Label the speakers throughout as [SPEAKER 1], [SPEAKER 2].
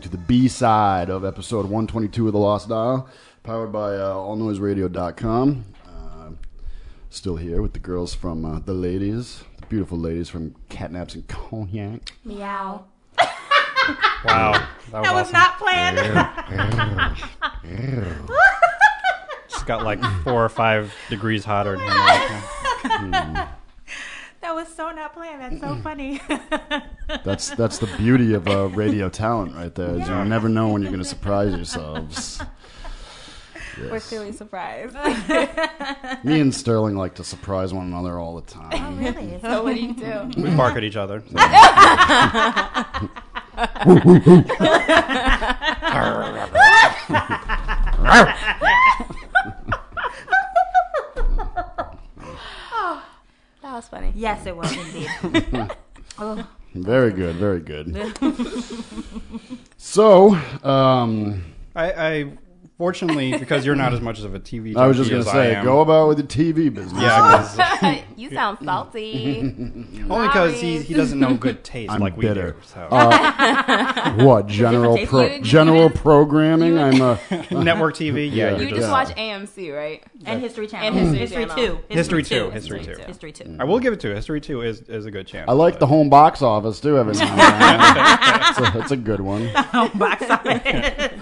[SPEAKER 1] to the B side of episode 122 of The Lost Dial, powered by uh, allnoiseradio.com. Uh, still here with the girls from uh, the ladies, the beautiful ladies from Catnaps and Cognac.
[SPEAKER 2] wow.
[SPEAKER 3] Meow. That was, that was awesome. not planned.
[SPEAKER 2] it's got like four or five degrees hotter. Than
[SPEAKER 3] That was so not planned. That's so funny.
[SPEAKER 1] that's that's the beauty of uh, radio talent, right there. Yeah. You never know when you're going to surprise yourselves.
[SPEAKER 3] Yes. We're feeling surprised.
[SPEAKER 1] Me and Sterling like to surprise one another all the time.
[SPEAKER 3] Oh, really? So what do you do?
[SPEAKER 2] We bark at each other. So.
[SPEAKER 3] That was funny. Yes, it was indeed.
[SPEAKER 1] oh. Very good, very good. so, um,
[SPEAKER 2] I, I, fortunately, because you're not as much of a TV.
[SPEAKER 1] I was just gonna say, go about with the TV business.
[SPEAKER 2] Yeah,
[SPEAKER 3] you sound salty.
[SPEAKER 2] Only because he, he doesn't know good taste I'm like bitter. we do. So.
[SPEAKER 1] Uh, what general pro- general programming? I'm a
[SPEAKER 2] network TV. Yeah,
[SPEAKER 4] yeah you just, just watch AMC, right?
[SPEAKER 3] And History Channel. And History, History Channel.
[SPEAKER 2] Two. History, History two. History two.
[SPEAKER 3] History two.
[SPEAKER 2] Mm. I will give it to History two is is a good channel.
[SPEAKER 1] I like but. the home box office too. Every now and then. That's a good one.
[SPEAKER 3] The home box office.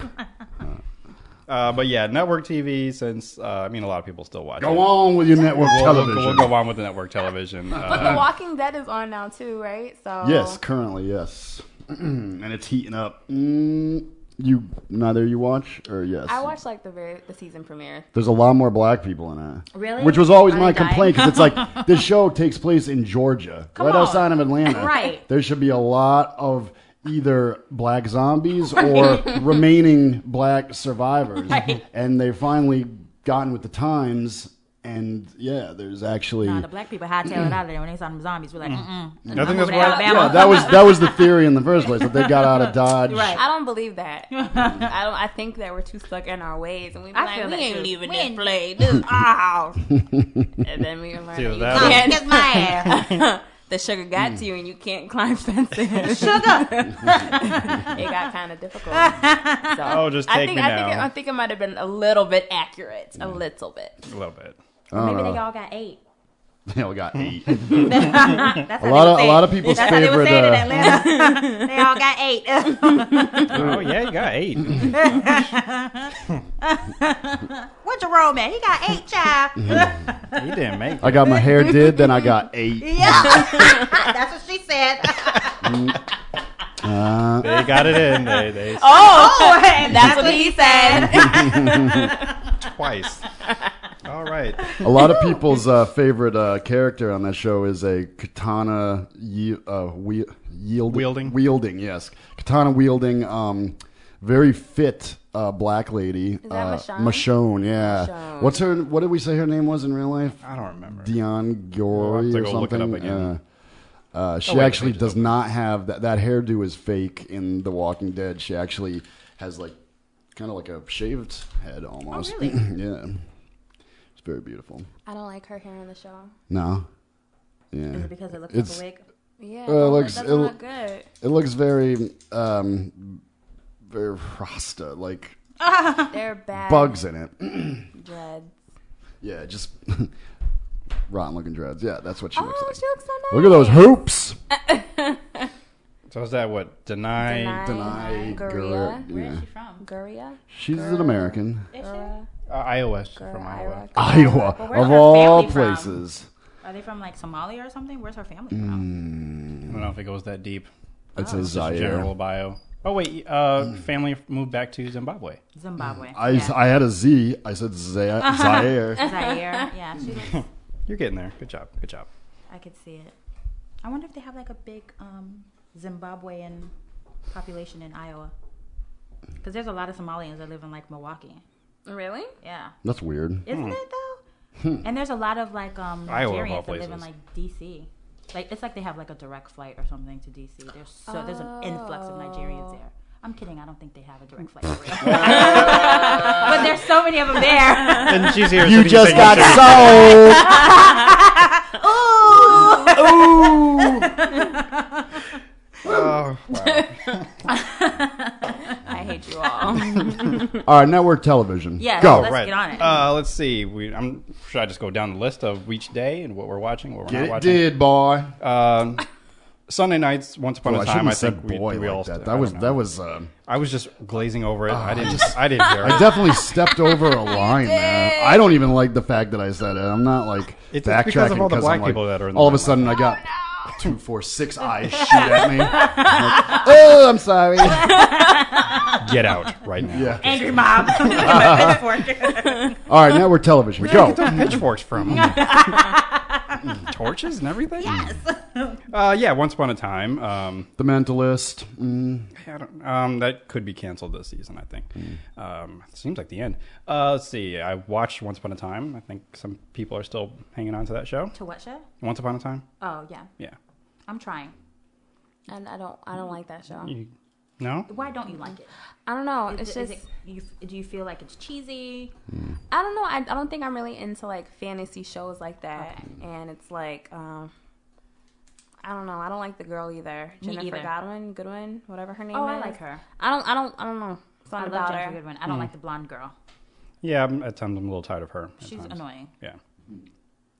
[SPEAKER 2] Uh, but yeah, network TV. Since uh, I mean, a lot of people still watch.
[SPEAKER 1] Go it. on with your network
[SPEAKER 2] we'll,
[SPEAKER 1] television.
[SPEAKER 2] We'll, we'll, go on with the network television. um,
[SPEAKER 4] but uh, The Walking Dead is on now too, right? So
[SPEAKER 1] yes, currently yes, and it's heating up. Mm, you neither you watch or yes?
[SPEAKER 4] I watched like the very the season premiere.
[SPEAKER 1] There's a lot more black people in it.
[SPEAKER 3] Really?
[SPEAKER 1] Which was always I my died. complaint because it's like this show takes place in Georgia,
[SPEAKER 3] Come
[SPEAKER 1] right
[SPEAKER 3] on.
[SPEAKER 1] outside of Atlanta.
[SPEAKER 3] right.
[SPEAKER 1] There should be a lot of either black zombies or remaining black survivors.
[SPEAKER 3] Right.
[SPEAKER 1] And they've finally gotten with the times. And yeah, there's actually
[SPEAKER 3] no, the black people hightailing out of there when they saw them zombies. We're like,
[SPEAKER 1] Mm.
[SPEAKER 3] mm-mm.
[SPEAKER 2] I think that's why.
[SPEAKER 1] Yeah, that was that was the theory in the first place that they got out of Dodge.
[SPEAKER 3] Right.
[SPEAKER 4] I don't believe that. I don't. I think that we're too stuck in our ways, and we be like, we ain't leaving this place. This is our house. and then we were like, you can't
[SPEAKER 3] kiss my ass
[SPEAKER 4] the sugar got mm. to you and you can't climb fences.
[SPEAKER 3] sugar.
[SPEAKER 4] it got kind of difficult. So
[SPEAKER 2] oh, just take
[SPEAKER 4] I think,
[SPEAKER 2] me
[SPEAKER 4] I
[SPEAKER 2] now.
[SPEAKER 4] Think it, I think it might have been a little bit accurate, mm. a little bit,
[SPEAKER 2] a little bit.
[SPEAKER 3] Or maybe know. they all got eight.
[SPEAKER 1] They all got eight.
[SPEAKER 3] a
[SPEAKER 1] lot of a lot of people's
[SPEAKER 3] That's
[SPEAKER 1] favorite.
[SPEAKER 3] How they, were saying uh, in they all got eight.
[SPEAKER 2] oh yeah, you got eight.
[SPEAKER 3] What's your role, man? He got eight, child.
[SPEAKER 1] Mm-hmm.
[SPEAKER 2] he didn't make. It.
[SPEAKER 1] I got my hair did, then I got eight.
[SPEAKER 3] Yeah, that's what she said.
[SPEAKER 2] Uh, they got it in. They, they
[SPEAKER 3] oh, oh that's, that's what he said.
[SPEAKER 2] Twice. All right. right.
[SPEAKER 1] A lot of people's uh, favorite uh, character on that show is a katana ye- uh, we- yield-
[SPEAKER 2] Wielding.
[SPEAKER 1] Wielding, yes. Katana wielding, um, very fit uh, black lady. Is
[SPEAKER 4] that
[SPEAKER 1] uh,
[SPEAKER 4] Michonne?
[SPEAKER 1] Michonne, yeah.
[SPEAKER 4] Michonne.
[SPEAKER 1] What's her? What did we say her name was in real life?
[SPEAKER 2] I don't remember.
[SPEAKER 1] Dion
[SPEAKER 2] Uh, I'll have
[SPEAKER 1] Gory
[SPEAKER 2] to
[SPEAKER 1] or
[SPEAKER 2] go look it
[SPEAKER 1] something.
[SPEAKER 2] up again.
[SPEAKER 1] Uh, uh, she
[SPEAKER 2] wait, the
[SPEAKER 1] actually
[SPEAKER 2] page is
[SPEAKER 1] does not have that. That hairdo is fake in The Walking Dead. She actually has like kind of like a shaved head almost.
[SPEAKER 3] really?
[SPEAKER 1] yeah, it's very beautiful.
[SPEAKER 4] I don't like her hair on the show.
[SPEAKER 1] No, yeah,
[SPEAKER 3] Is it because it looks
[SPEAKER 1] It's-
[SPEAKER 3] like a wig?
[SPEAKER 4] Yeah,
[SPEAKER 1] Well, it
[SPEAKER 4] it
[SPEAKER 1] looks-
[SPEAKER 4] looks, that's
[SPEAKER 1] it
[SPEAKER 4] not good.
[SPEAKER 1] it looks very, um, very Rasta like
[SPEAKER 4] They're bad.
[SPEAKER 1] bugs in it.
[SPEAKER 4] Dreads.
[SPEAKER 1] Yeah, just rotten looking dreads. Yeah, that's what she
[SPEAKER 4] Oh,
[SPEAKER 1] looks like.
[SPEAKER 4] she looks so nice.
[SPEAKER 1] Look at those hoops.
[SPEAKER 2] So is that what? Deny.
[SPEAKER 1] Deny
[SPEAKER 4] Guria.
[SPEAKER 1] Gurr- yeah.
[SPEAKER 3] from?
[SPEAKER 4] Guria.
[SPEAKER 1] She's an American.
[SPEAKER 3] Is she?
[SPEAKER 2] Uh, iOS
[SPEAKER 4] Or
[SPEAKER 2] from Iowa.
[SPEAKER 4] Ira-
[SPEAKER 1] Iowa,
[SPEAKER 3] Well, where's
[SPEAKER 1] of
[SPEAKER 3] her
[SPEAKER 1] all
[SPEAKER 3] family from?
[SPEAKER 1] places.
[SPEAKER 3] Are they from like Somalia or something? Where's her family
[SPEAKER 1] mm.
[SPEAKER 3] from?
[SPEAKER 2] I don't know if it goes that deep.
[SPEAKER 1] It's
[SPEAKER 3] Oh.
[SPEAKER 1] a
[SPEAKER 2] Just a general
[SPEAKER 1] Zaire.
[SPEAKER 2] bio. Oh wait, uh, family moved back to Zimbabwe.
[SPEAKER 3] Zimbabwe.
[SPEAKER 1] I,
[SPEAKER 3] yeah.
[SPEAKER 1] I had a Z. I said Zaire. Zaire.
[SPEAKER 3] Zaire. Yeah, she looks,
[SPEAKER 2] You're getting there. Good job. Good job.
[SPEAKER 3] I could see it. I wonder if they have like a big um, Zimbabwean population in Iowa. Because there's a lot of Somalians that live in like Milwaukee.
[SPEAKER 4] Really?
[SPEAKER 3] Yeah.
[SPEAKER 1] That's weird.
[SPEAKER 3] Isn't it though? and there's a lot of like um,
[SPEAKER 2] Hmm. Iowa, of all
[SPEAKER 3] Nigerians that live in
[SPEAKER 2] places.
[SPEAKER 3] like DC. Like it's like they have like a direct flight or something to DC. There's so there's an influx of Nigerians there. I'm kidding. I don't think they have a direct flight. For real. but there's so many of them there.
[SPEAKER 2] And she's here.
[SPEAKER 1] You
[SPEAKER 2] so
[SPEAKER 1] just
[SPEAKER 2] can
[SPEAKER 1] got
[SPEAKER 2] say-
[SPEAKER 1] sold.
[SPEAKER 3] Ooh.
[SPEAKER 2] Oh, wow.
[SPEAKER 4] I hate you all.
[SPEAKER 1] All right, network television.
[SPEAKER 3] Yeah,
[SPEAKER 1] Go.
[SPEAKER 3] let's-
[SPEAKER 2] right.
[SPEAKER 3] get on it.
[SPEAKER 2] Uh, let's see. We, I'm should I just go down the list of each day and what we're watching, what we're
[SPEAKER 1] Get
[SPEAKER 2] not
[SPEAKER 1] it
[SPEAKER 2] watching.
[SPEAKER 1] did, boy.
[SPEAKER 2] Um, Sunday nights, once upon
[SPEAKER 1] Oh, I
[SPEAKER 2] a
[SPEAKER 1] shouldn't
[SPEAKER 2] time, I,
[SPEAKER 1] have
[SPEAKER 2] think
[SPEAKER 1] said
[SPEAKER 2] we,
[SPEAKER 1] boy
[SPEAKER 2] we all
[SPEAKER 1] like that.
[SPEAKER 2] I
[SPEAKER 1] That
[SPEAKER 2] don't
[SPEAKER 1] was
[SPEAKER 2] know.
[SPEAKER 1] that was. Um,
[SPEAKER 2] I was just glazing over it. I didn't just. I didn't hear.
[SPEAKER 1] I
[SPEAKER 2] it.
[SPEAKER 1] definitely stepped over a line there. I don't even like the fact that I said it. I'm not like
[SPEAKER 2] It's-
[SPEAKER 1] backtracking
[SPEAKER 2] it's because of all the
[SPEAKER 1] 'cause
[SPEAKER 2] black
[SPEAKER 1] I'm like-
[SPEAKER 2] people that are in the
[SPEAKER 1] all of a
[SPEAKER 2] limelight.
[SPEAKER 1] sudden I got two, four, six eyes shoot at me. I'm like, oh, I'm sorry.
[SPEAKER 2] Get out right now.
[SPEAKER 1] Yeah.
[SPEAKER 3] Angry mob. Pitchfork.
[SPEAKER 1] All right, network television. Go.
[SPEAKER 2] Where do you get those pitchforks from? Mm, Torches and everything. Yes. Uh, yeah. Once upon a time. Um,
[SPEAKER 1] The Mentalist. Mm.
[SPEAKER 2] I don't, um, that could be canceled this season. I think. Um, seems like the end. Uh, let's see. I watched Once Upon a Time. I think some people are still hanging on to that show.
[SPEAKER 3] to what show?
[SPEAKER 2] Once Upon a Time.
[SPEAKER 3] Oh yeah,
[SPEAKER 2] Yeah.
[SPEAKER 3] I'm trying.
[SPEAKER 4] and I don't. I don't like that show.
[SPEAKER 2] You, no.
[SPEAKER 3] Why don't you like it?
[SPEAKER 4] I don't know.
[SPEAKER 3] Is
[SPEAKER 4] It's
[SPEAKER 3] it- is
[SPEAKER 4] just.
[SPEAKER 3] it- you f- do you feel like it's cheesy?
[SPEAKER 4] I don't know. I, I don't think I'm really into like fantasy shows like that. And it's like, um, I don't know. I don't like the girl either.
[SPEAKER 3] Me
[SPEAKER 4] Jennifer
[SPEAKER 3] either.
[SPEAKER 4] Godwin, Goodwin, whatever her name
[SPEAKER 3] Oh,
[SPEAKER 4] is.
[SPEAKER 3] I like her.
[SPEAKER 4] I don't. I don't. I don't know. Something
[SPEAKER 3] I love
[SPEAKER 4] about
[SPEAKER 3] Jennifer
[SPEAKER 4] her.
[SPEAKER 3] Goodwin. I
[SPEAKER 1] Mm.
[SPEAKER 3] don't like the blonde girl.
[SPEAKER 2] Yeah. I'm, at times I'm a little tired of her. at
[SPEAKER 3] She's
[SPEAKER 2] times.
[SPEAKER 3] annoying.
[SPEAKER 2] Yeah.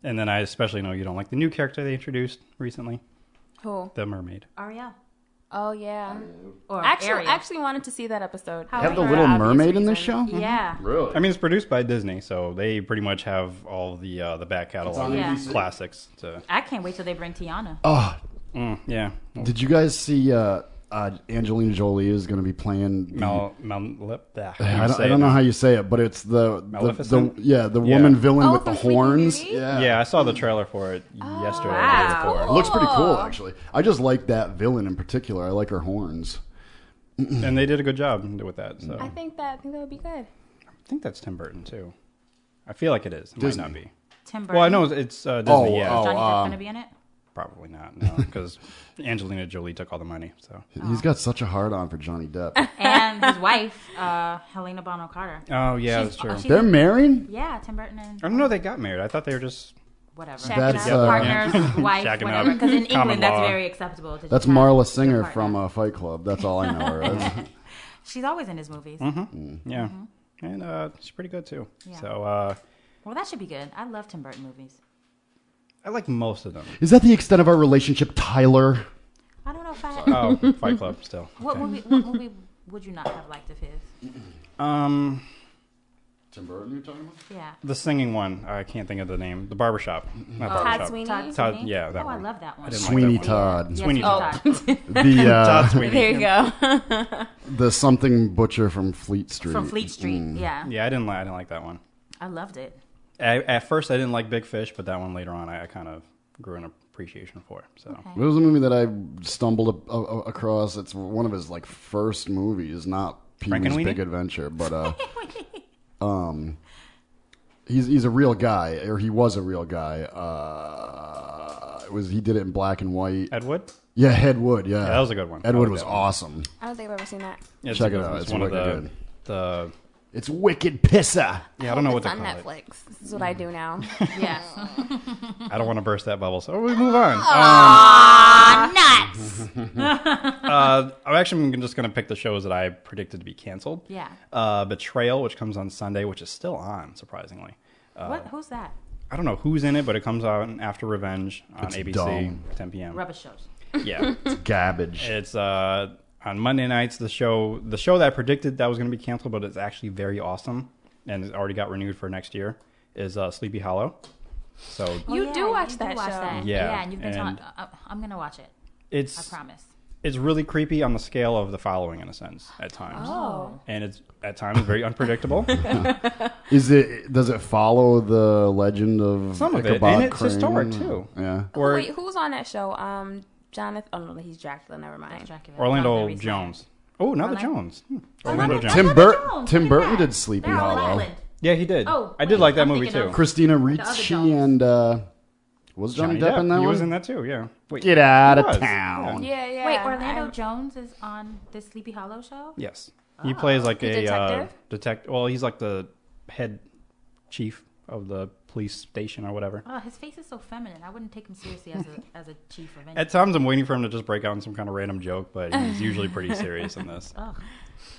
[SPEAKER 2] And then I especially know you don't like the new character they introduced recently,
[SPEAKER 4] Who?
[SPEAKER 2] the mermaid.
[SPEAKER 3] Ariel
[SPEAKER 4] Oh yeah.
[SPEAKER 3] or
[SPEAKER 4] Actually,
[SPEAKER 3] Ariel.
[SPEAKER 4] actually wanted to see that episode.
[SPEAKER 3] Um, oh, How
[SPEAKER 1] They have the
[SPEAKER 3] For
[SPEAKER 1] Little
[SPEAKER 4] obvious
[SPEAKER 1] Mermaid in
[SPEAKER 4] reasons.
[SPEAKER 1] this show?
[SPEAKER 3] yeah.
[SPEAKER 1] Really?
[SPEAKER 2] I mean, it's produced by Disney, so they pretty much have all the uh, the back catalog
[SPEAKER 3] on Yeah.
[SPEAKER 2] of
[SPEAKER 3] ABC.
[SPEAKER 2] classics. To
[SPEAKER 3] I can't wait till they bring Tiana.
[SPEAKER 1] Oh,
[SPEAKER 2] Mm, yeah,
[SPEAKER 1] did you guys see uh, uh, Angelina Jolie is going to be playing the-
[SPEAKER 2] Mal, Mal, lip, ah,
[SPEAKER 1] I don't, I don't know how you say it, but it's the, the, the
[SPEAKER 2] Maleficent?
[SPEAKER 1] yeah the
[SPEAKER 2] Yeah.
[SPEAKER 1] woman villain
[SPEAKER 4] Oh,
[SPEAKER 1] with the
[SPEAKER 4] from Sleeping
[SPEAKER 1] horns.
[SPEAKER 4] Beauty?
[SPEAKER 1] Yeah.
[SPEAKER 2] Yeah, I saw the trailer for it
[SPEAKER 3] Oh,
[SPEAKER 2] yesterday. or the day
[SPEAKER 4] wow.
[SPEAKER 2] before.
[SPEAKER 1] It looks pretty cool actually. I just like that villain in particular. I like her horns. Oh.
[SPEAKER 2] And they did a good job with that. So
[SPEAKER 4] I
[SPEAKER 2] I
[SPEAKER 4] think that I think that would be good.
[SPEAKER 2] think that's Tim Burton too. I feel like it is. It
[SPEAKER 1] Disney.
[SPEAKER 2] might not be.
[SPEAKER 3] Tim Burton.
[SPEAKER 2] Well, I know it's uh, Disney.
[SPEAKER 1] Oh,
[SPEAKER 2] yeah,
[SPEAKER 1] oh.
[SPEAKER 3] Johnny Depp
[SPEAKER 1] um,
[SPEAKER 3] gonna be in it.
[SPEAKER 2] probably not. No, because Angelina Jolie took all the money. So
[SPEAKER 1] He's got such a hard on for Johnny Depp.
[SPEAKER 3] And his wife, uh, Helena Bonham Carter.
[SPEAKER 2] oh yeah,
[SPEAKER 3] She's-
[SPEAKER 2] that's true.
[SPEAKER 3] uh, she's-
[SPEAKER 1] They're married.
[SPEAKER 3] Yeah, Tim Burton and
[SPEAKER 2] I don't know. They got married. I thought they were just.
[SPEAKER 3] whatever.
[SPEAKER 1] That's,
[SPEAKER 3] Shacking
[SPEAKER 1] uh,
[SPEAKER 3] up partners, wife,
[SPEAKER 2] Shacking up.
[SPEAKER 3] whatever. Because
[SPEAKER 2] Common
[SPEAKER 3] in England, that's
[SPEAKER 2] law.
[SPEAKER 3] very acceptable. To
[SPEAKER 1] That's
[SPEAKER 3] just have
[SPEAKER 1] Marla
[SPEAKER 3] your
[SPEAKER 1] Singer
[SPEAKER 3] partner.
[SPEAKER 1] from uh, Fight Club. That's all I know her as.
[SPEAKER 3] She's always in his movies.
[SPEAKER 1] Mm-hmm.
[SPEAKER 2] Yeah, and uh, she's pretty good too.
[SPEAKER 3] Mm-hmm. Yeah.
[SPEAKER 2] So uh,
[SPEAKER 3] Well, that should be good. I love Tim Burton movies.
[SPEAKER 2] I like most of them.
[SPEAKER 1] Is that the extent of our relationship, Tyler?
[SPEAKER 3] I don't know if I.
[SPEAKER 2] Oh, Fight Club still.
[SPEAKER 3] What movie? What movie would you not have liked of his?
[SPEAKER 2] Um,
[SPEAKER 1] Tim Burton, you're talking about?
[SPEAKER 3] Yeah.
[SPEAKER 2] the singing one. I can't think of the name. The barbershop. Not barbershop.
[SPEAKER 4] Todd Sweeney.
[SPEAKER 3] Todd
[SPEAKER 2] Todd-
[SPEAKER 3] Sweeney?
[SPEAKER 2] yeah, that
[SPEAKER 3] Oh, I
[SPEAKER 2] one.
[SPEAKER 3] love that one.
[SPEAKER 2] didn't like
[SPEAKER 1] Sweeney
[SPEAKER 2] that
[SPEAKER 1] Todd.
[SPEAKER 3] Yes,
[SPEAKER 2] Sweeney
[SPEAKER 3] Todd.
[SPEAKER 1] The
[SPEAKER 2] Todd
[SPEAKER 1] uh,
[SPEAKER 2] Sweeney.
[SPEAKER 4] Oh. There you go.
[SPEAKER 1] the something butcher from Fleet Street.
[SPEAKER 4] Mm.
[SPEAKER 3] From Fleet Street. Yeah.
[SPEAKER 2] Yeah, I didn't like. I didn't like that one.
[SPEAKER 3] I loved it.
[SPEAKER 2] I, at first, I didn't like Big Fish, but that one later on, I, I kind of grew an appreciation for. So
[SPEAKER 1] Mm-hmm. It was a movie that I stumbled a- a- across. It's one of his like first movies, not Pee Wee's
[SPEAKER 2] Frankenweenie?
[SPEAKER 1] Big Adventure, but uh, um, he's he's a real guy, or he was a real guy. Uh, it was he did it in black and white?
[SPEAKER 2] Ed Wood,
[SPEAKER 1] yeah, Ed Wood. Yeah,
[SPEAKER 2] that was a good one. Oh,
[SPEAKER 1] Ed
[SPEAKER 2] I
[SPEAKER 1] Wood
[SPEAKER 2] like
[SPEAKER 1] was
[SPEAKER 2] that one.
[SPEAKER 1] awesome.
[SPEAKER 4] I don't think I've ever seen that.
[SPEAKER 2] It's
[SPEAKER 1] Check
[SPEAKER 2] a
[SPEAKER 1] it
[SPEAKER 2] good
[SPEAKER 1] out.
[SPEAKER 2] one.
[SPEAKER 1] It's
[SPEAKER 2] one of
[SPEAKER 1] wicked
[SPEAKER 2] the the
[SPEAKER 1] It's wicked pisser.
[SPEAKER 2] yeah. I don't know what
[SPEAKER 4] it's
[SPEAKER 2] to
[SPEAKER 4] on
[SPEAKER 2] call it.
[SPEAKER 4] Netflix. This is what I do now.
[SPEAKER 3] Yes.
[SPEAKER 2] I don't want to burst that bubble, so we move on.
[SPEAKER 3] nuts.
[SPEAKER 2] Um, uh, I'm actually just going to pick the shows that I predicted to be canceled.
[SPEAKER 3] Yeah.
[SPEAKER 2] Uh, Betrayal, which comes on Sunday, which is still on, surprisingly.
[SPEAKER 3] what? Who's that?
[SPEAKER 2] I don't know who's in it, but it comes on after Revenge on
[SPEAKER 1] It's
[SPEAKER 2] ABC,
[SPEAKER 1] dumb.
[SPEAKER 2] 10 p.m.
[SPEAKER 3] Rubbish shows.
[SPEAKER 2] Yeah,
[SPEAKER 1] Garbage.
[SPEAKER 2] it's uh, on Monday nights. The show, the show that I predicted that was going to be canceled, but it's actually very awesome, and it already got renewed for next year. Is uh, Sleepy Hollow. So
[SPEAKER 4] You
[SPEAKER 3] Oh,
[SPEAKER 4] do
[SPEAKER 3] yeah,
[SPEAKER 4] watch
[SPEAKER 3] you
[SPEAKER 4] that show.
[SPEAKER 2] Yeah,
[SPEAKER 3] and you've been
[SPEAKER 2] and-
[SPEAKER 3] telling. Uh, I'm gonna watch it. I
[SPEAKER 2] it's
[SPEAKER 3] promise.
[SPEAKER 2] it's really creepy on the scale of the following in a sense at times,
[SPEAKER 4] Oh.
[SPEAKER 2] and it's at times very unpredictable.
[SPEAKER 1] Is it? Does it follow the legend of
[SPEAKER 2] Some of it,
[SPEAKER 1] Ichabod
[SPEAKER 2] and it's
[SPEAKER 1] Crane?
[SPEAKER 2] historic, too.
[SPEAKER 1] Yeah.
[SPEAKER 2] Or
[SPEAKER 4] Wait, who's on that show? Um, Jonathan. Oh no, he's Dracula. Never mind.
[SPEAKER 3] Dracula.
[SPEAKER 2] Orlando
[SPEAKER 3] Jonathan Rhys Meyers.
[SPEAKER 2] Jones. Oh, another
[SPEAKER 3] Orla-
[SPEAKER 2] Jones. Hmm. Orlando Jones.
[SPEAKER 1] Tim Burton.
[SPEAKER 3] Oh, Jones,
[SPEAKER 1] Tim
[SPEAKER 3] look at
[SPEAKER 1] Burton
[SPEAKER 3] that.
[SPEAKER 1] did Sleepy
[SPEAKER 3] They're all
[SPEAKER 1] Hollow.
[SPEAKER 3] Island.
[SPEAKER 2] Yeah, he did.
[SPEAKER 3] Oh,
[SPEAKER 2] I did
[SPEAKER 3] wait,
[SPEAKER 2] like that
[SPEAKER 3] I'm
[SPEAKER 2] movie
[SPEAKER 3] thinking
[SPEAKER 2] too.
[SPEAKER 3] of-
[SPEAKER 1] Christina
[SPEAKER 3] other
[SPEAKER 1] Ricci
[SPEAKER 3] dogs.
[SPEAKER 1] and uh, was Johnny, Depp, in that
[SPEAKER 2] he
[SPEAKER 1] one?
[SPEAKER 2] was in that too. Yeah. Wait,
[SPEAKER 1] Get out
[SPEAKER 2] he
[SPEAKER 1] of
[SPEAKER 2] was,
[SPEAKER 1] town.
[SPEAKER 2] yeah.
[SPEAKER 4] Yeah, yeah.
[SPEAKER 3] Wait, Orlando
[SPEAKER 4] I-
[SPEAKER 3] Jones is on the Sleepy Hollow show.
[SPEAKER 2] Yes, he plays like
[SPEAKER 4] The
[SPEAKER 2] a detective. Uh,
[SPEAKER 4] detective?
[SPEAKER 2] detect. Well, he's like the head chief of the police station or whatever.
[SPEAKER 3] Oh, his face is so feminine. I wouldn't take him seriously as a as a chief of anything.
[SPEAKER 2] At times, I'm waiting for him to just break out in some kind of random joke, but he's usually pretty serious in this.
[SPEAKER 3] Ugh.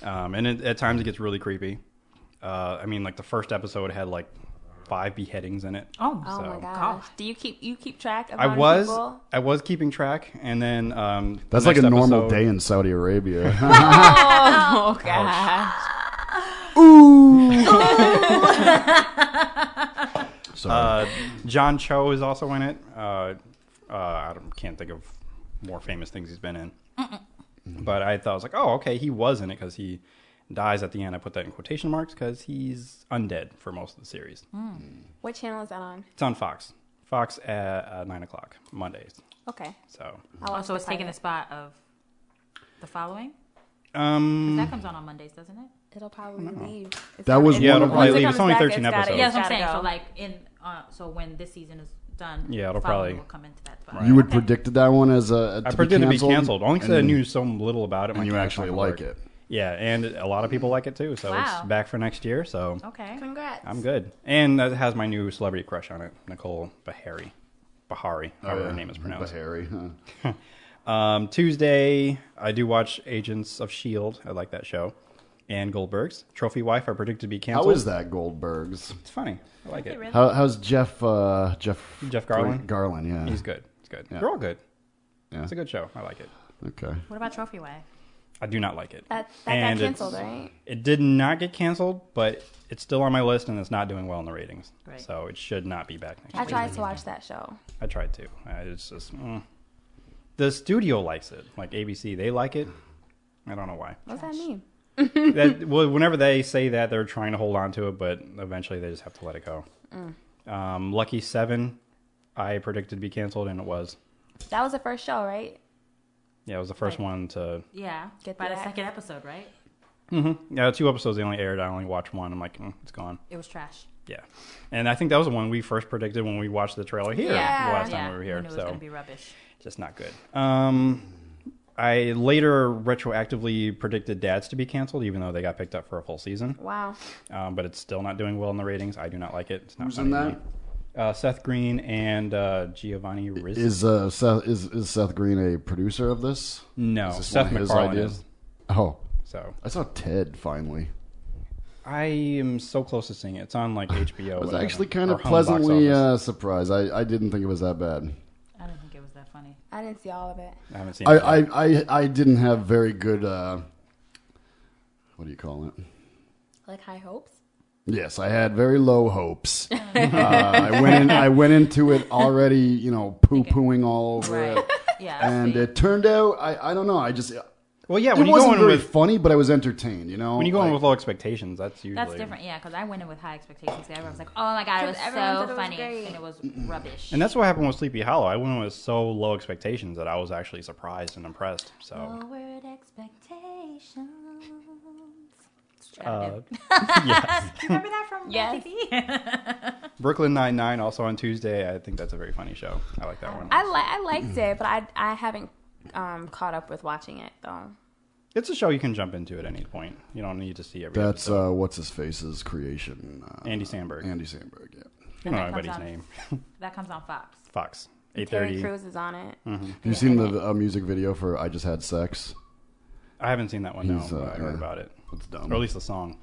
[SPEAKER 2] Um, and it, at times, it gets really creepy. Uh, I mean, like the first episode had like five beheadings in it.
[SPEAKER 3] Oh,
[SPEAKER 4] Oh my
[SPEAKER 2] So-
[SPEAKER 4] gosh.
[SPEAKER 3] God.
[SPEAKER 4] Do you keep you keep track of?
[SPEAKER 2] I
[SPEAKER 4] how many
[SPEAKER 2] was
[SPEAKER 4] people?
[SPEAKER 2] I was keeping track, and then um, the
[SPEAKER 1] That's like a
[SPEAKER 2] next
[SPEAKER 1] normal
[SPEAKER 2] episode-
[SPEAKER 1] day in Saudi Arabia.
[SPEAKER 4] Oh god.
[SPEAKER 1] Sorry.
[SPEAKER 2] Uh, John Cho is also in it. Uh, uh, I don't, can't think of more famous things he's been in. But I thought I was like, oh, okay, he was in it because he dies at the end. I put that in quotation marks because he's undead for most of the series.
[SPEAKER 3] Mm.
[SPEAKER 4] What channel is that on?
[SPEAKER 2] It's on Fox. Fox at uh, nine o'clock Mondays.
[SPEAKER 4] Okay.
[SPEAKER 2] So,
[SPEAKER 4] I'll watch
[SPEAKER 3] so it's taking the
[SPEAKER 4] pilot.
[SPEAKER 3] spot of the following.
[SPEAKER 2] um,
[SPEAKER 3] That comes out on Mondays, doesn't it?
[SPEAKER 4] It'll probably leave. It's
[SPEAKER 1] That
[SPEAKER 4] not-
[SPEAKER 1] was
[SPEAKER 4] it-
[SPEAKER 1] Yeah, it'll
[SPEAKER 4] once
[SPEAKER 1] probably
[SPEAKER 4] it
[SPEAKER 2] leave.
[SPEAKER 4] comes
[SPEAKER 2] It's only
[SPEAKER 4] back,
[SPEAKER 2] 13
[SPEAKER 4] gotta-
[SPEAKER 2] episodes.
[SPEAKER 4] it's
[SPEAKER 2] Yeah,
[SPEAKER 3] That's what I'm
[SPEAKER 4] gotta
[SPEAKER 3] saying.
[SPEAKER 4] go.
[SPEAKER 3] So like in uh, so when this season is done,
[SPEAKER 2] Yeah, it'll
[SPEAKER 3] the following
[SPEAKER 2] probably-
[SPEAKER 3] will come into that spot.
[SPEAKER 1] you would predicted that one as a.
[SPEAKER 2] I
[SPEAKER 1] to
[SPEAKER 2] predicted to
[SPEAKER 1] be
[SPEAKER 2] be
[SPEAKER 1] canceled,
[SPEAKER 2] canceled only because I
[SPEAKER 1] and-
[SPEAKER 2] knew so little about it. I'm
[SPEAKER 1] and you
[SPEAKER 2] "Yeah, it's
[SPEAKER 1] actually
[SPEAKER 2] not gonna
[SPEAKER 1] like
[SPEAKER 2] work."
[SPEAKER 1] it.
[SPEAKER 2] Yeah, and a lot of people like it too. So
[SPEAKER 3] Wow. Oh,
[SPEAKER 2] it's back for next year. So
[SPEAKER 3] Okay.
[SPEAKER 4] Congrats.
[SPEAKER 2] I'm good. And that has my new celebrity crush on it, Nicole Bahari. Bahari, however
[SPEAKER 1] Oh,
[SPEAKER 2] her name is pronounced.
[SPEAKER 1] Harry. Huh?
[SPEAKER 2] Um, Tuesday, I do watch Agents of S.H.I.E.L.D. I like that show. And Goldberg's. Trophy Wife, I predict to be
[SPEAKER 1] How
[SPEAKER 2] canceled.
[SPEAKER 1] is that Goldberg's?
[SPEAKER 2] It's funny. I like it.
[SPEAKER 3] really?
[SPEAKER 1] How, how's Jeff? Uh, Jeff.
[SPEAKER 2] Jeff Garland?
[SPEAKER 1] Garland. Yeah.
[SPEAKER 2] He's good. It's good. They're all good.
[SPEAKER 1] Yeah.
[SPEAKER 2] It's a good show. I like it.
[SPEAKER 1] Okay.
[SPEAKER 3] What about Trophy Wife?
[SPEAKER 2] I do not like it.
[SPEAKER 4] That that
[SPEAKER 2] And
[SPEAKER 4] got
[SPEAKER 2] it's-
[SPEAKER 4] canceled, right?
[SPEAKER 2] It did not get canceled, but it's still on my list and it's not doing well in the ratings.
[SPEAKER 3] Great.
[SPEAKER 2] So it should not be back next
[SPEAKER 4] I
[SPEAKER 2] year.
[SPEAKER 4] tried to watch that show.
[SPEAKER 2] I tried to. I- It's just mm. the studio likes it. Like ABC, they like it. I don't know why.
[SPEAKER 4] What does that mean?
[SPEAKER 2] that well, whenever they say that, they're trying to hold on to it, but eventually they just have to let it go.
[SPEAKER 3] Mm.
[SPEAKER 2] Um, Lucky Seven, I predicted to be canceled, and it was.
[SPEAKER 4] That was the first show, right?
[SPEAKER 2] Yeah, it was the first one to.
[SPEAKER 3] Yeah.
[SPEAKER 4] Get
[SPEAKER 3] By
[SPEAKER 4] the
[SPEAKER 3] the
[SPEAKER 4] act.
[SPEAKER 3] second episode, right?
[SPEAKER 2] Yeah, two episodes they only aired. I only watched one. I'm like, mm, it's gone.
[SPEAKER 3] It was trash.
[SPEAKER 2] Yeah, and I think that was the one we first predicted when we watched the trailer here
[SPEAKER 4] Yeah,
[SPEAKER 2] the last time
[SPEAKER 3] yeah.
[SPEAKER 2] we were
[SPEAKER 3] I
[SPEAKER 2] here.
[SPEAKER 3] knew it was
[SPEAKER 2] so
[SPEAKER 3] gonna be rubbish.
[SPEAKER 2] just not good. Um, I later retroactively predicted Dads to be canceled, even though they got picked up for a full season.
[SPEAKER 4] Wow.
[SPEAKER 2] Um, but it's still not doing well in the ratings. I do not like it. It's not
[SPEAKER 1] Who's
[SPEAKER 2] funny
[SPEAKER 1] in
[SPEAKER 2] to
[SPEAKER 1] that?
[SPEAKER 2] me. Uh, Seth Green and uh, Giovanni Rizzo.
[SPEAKER 1] Is uh Seth is, is Seth Green a producer of this?
[SPEAKER 2] no,
[SPEAKER 1] Is this
[SPEAKER 2] Seth
[SPEAKER 1] one of his
[SPEAKER 2] MacFarlane
[SPEAKER 1] ideas?
[SPEAKER 2] is.
[SPEAKER 1] Oh,
[SPEAKER 2] So
[SPEAKER 1] I saw Ted finally.
[SPEAKER 2] I am so close to seeing it. It's on like HBO.
[SPEAKER 1] I was
[SPEAKER 2] whatever,
[SPEAKER 1] actually kind
[SPEAKER 2] or
[SPEAKER 1] of
[SPEAKER 2] home box
[SPEAKER 1] pleasantly
[SPEAKER 2] office.
[SPEAKER 1] uh, surprised. I, I didn't think it was that bad.
[SPEAKER 3] I didn't think it was that funny.
[SPEAKER 4] I didn't see all of it.
[SPEAKER 2] I haven't seen
[SPEAKER 1] I,
[SPEAKER 2] it. yet.
[SPEAKER 1] I, I, I didn't have very good. Uh, what do you call it?
[SPEAKER 4] Like high hopes.
[SPEAKER 1] Yes, I had very low hopes. uh, I went in, I went into it already, you know, poo pooing all over
[SPEAKER 3] Right.
[SPEAKER 1] it,
[SPEAKER 3] Yeah.
[SPEAKER 1] and
[SPEAKER 3] see.
[SPEAKER 1] it turned out I, I don't know. I just
[SPEAKER 2] Well, yeah,
[SPEAKER 1] It
[SPEAKER 2] when you go
[SPEAKER 1] wasn't
[SPEAKER 2] in
[SPEAKER 1] very
[SPEAKER 2] with
[SPEAKER 1] funny, but I was entertained. You know,
[SPEAKER 2] when you go in
[SPEAKER 1] Like,
[SPEAKER 2] with low expectations, that's usually
[SPEAKER 3] That's different, yeah, because I went in with high expectations. 'cause Everyone was like, "Oh my god, it was
[SPEAKER 4] 'Cause everyone
[SPEAKER 3] so
[SPEAKER 4] said it was
[SPEAKER 3] funny,"
[SPEAKER 4] great.
[SPEAKER 3] and it was rubbish.
[SPEAKER 2] And that's what happened with Sleepy Hollow. I went in with so low expectations that I was actually surprised and impressed. So.
[SPEAKER 3] Oh. Lowered expectations.
[SPEAKER 2] Uh,
[SPEAKER 3] Remember that from
[SPEAKER 4] Yes.
[SPEAKER 3] TV?
[SPEAKER 2] Brooklyn Nine Nine also on Tuesday. I think that's a very funny show. I like that one.
[SPEAKER 4] I li- I liked it, but I I haven't um, caught up with watching it though.
[SPEAKER 2] it's a show you can jump into at any point. You don't need to see every.
[SPEAKER 1] That's
[SPEAKER 2] episode.
[SPEAKER 1] uh, what's his face's creation. Uh,
[SPEAKER 2] Andy Samberg.
[SPEAKER 1] Andy Sandberg. Yeah,
[SPEAKER 2] I don't know
[SPEAKER 3] That comes
[SPEAKER 2] anybody's
[SPEAKER 3] on-
[SPEAKER 2] name.
[SPEAKER 3] that comes on Fox.
[SPEAKER 2] Fox. Eight
[SPEAKER 4] Terry
[SPEAKER 2] thirty.
[SPEAKER 4] Crews is on it.
[SPEAKER 1] have you seen the uh, music video for "I Just Had Sex"?
[SPEAKER 2] I haven't seen that one. No,
[SPEAKER 1] He's,
[SPEAKER 2] but
[SPEAKER 1] uh,
[SPEAKER 2] I heard
[SPEAKER 1] yeah.
[SPEAKER 2] about it.
[SPEAKER 1] It's dumb.
[SPEAKER 2] Or at least the song.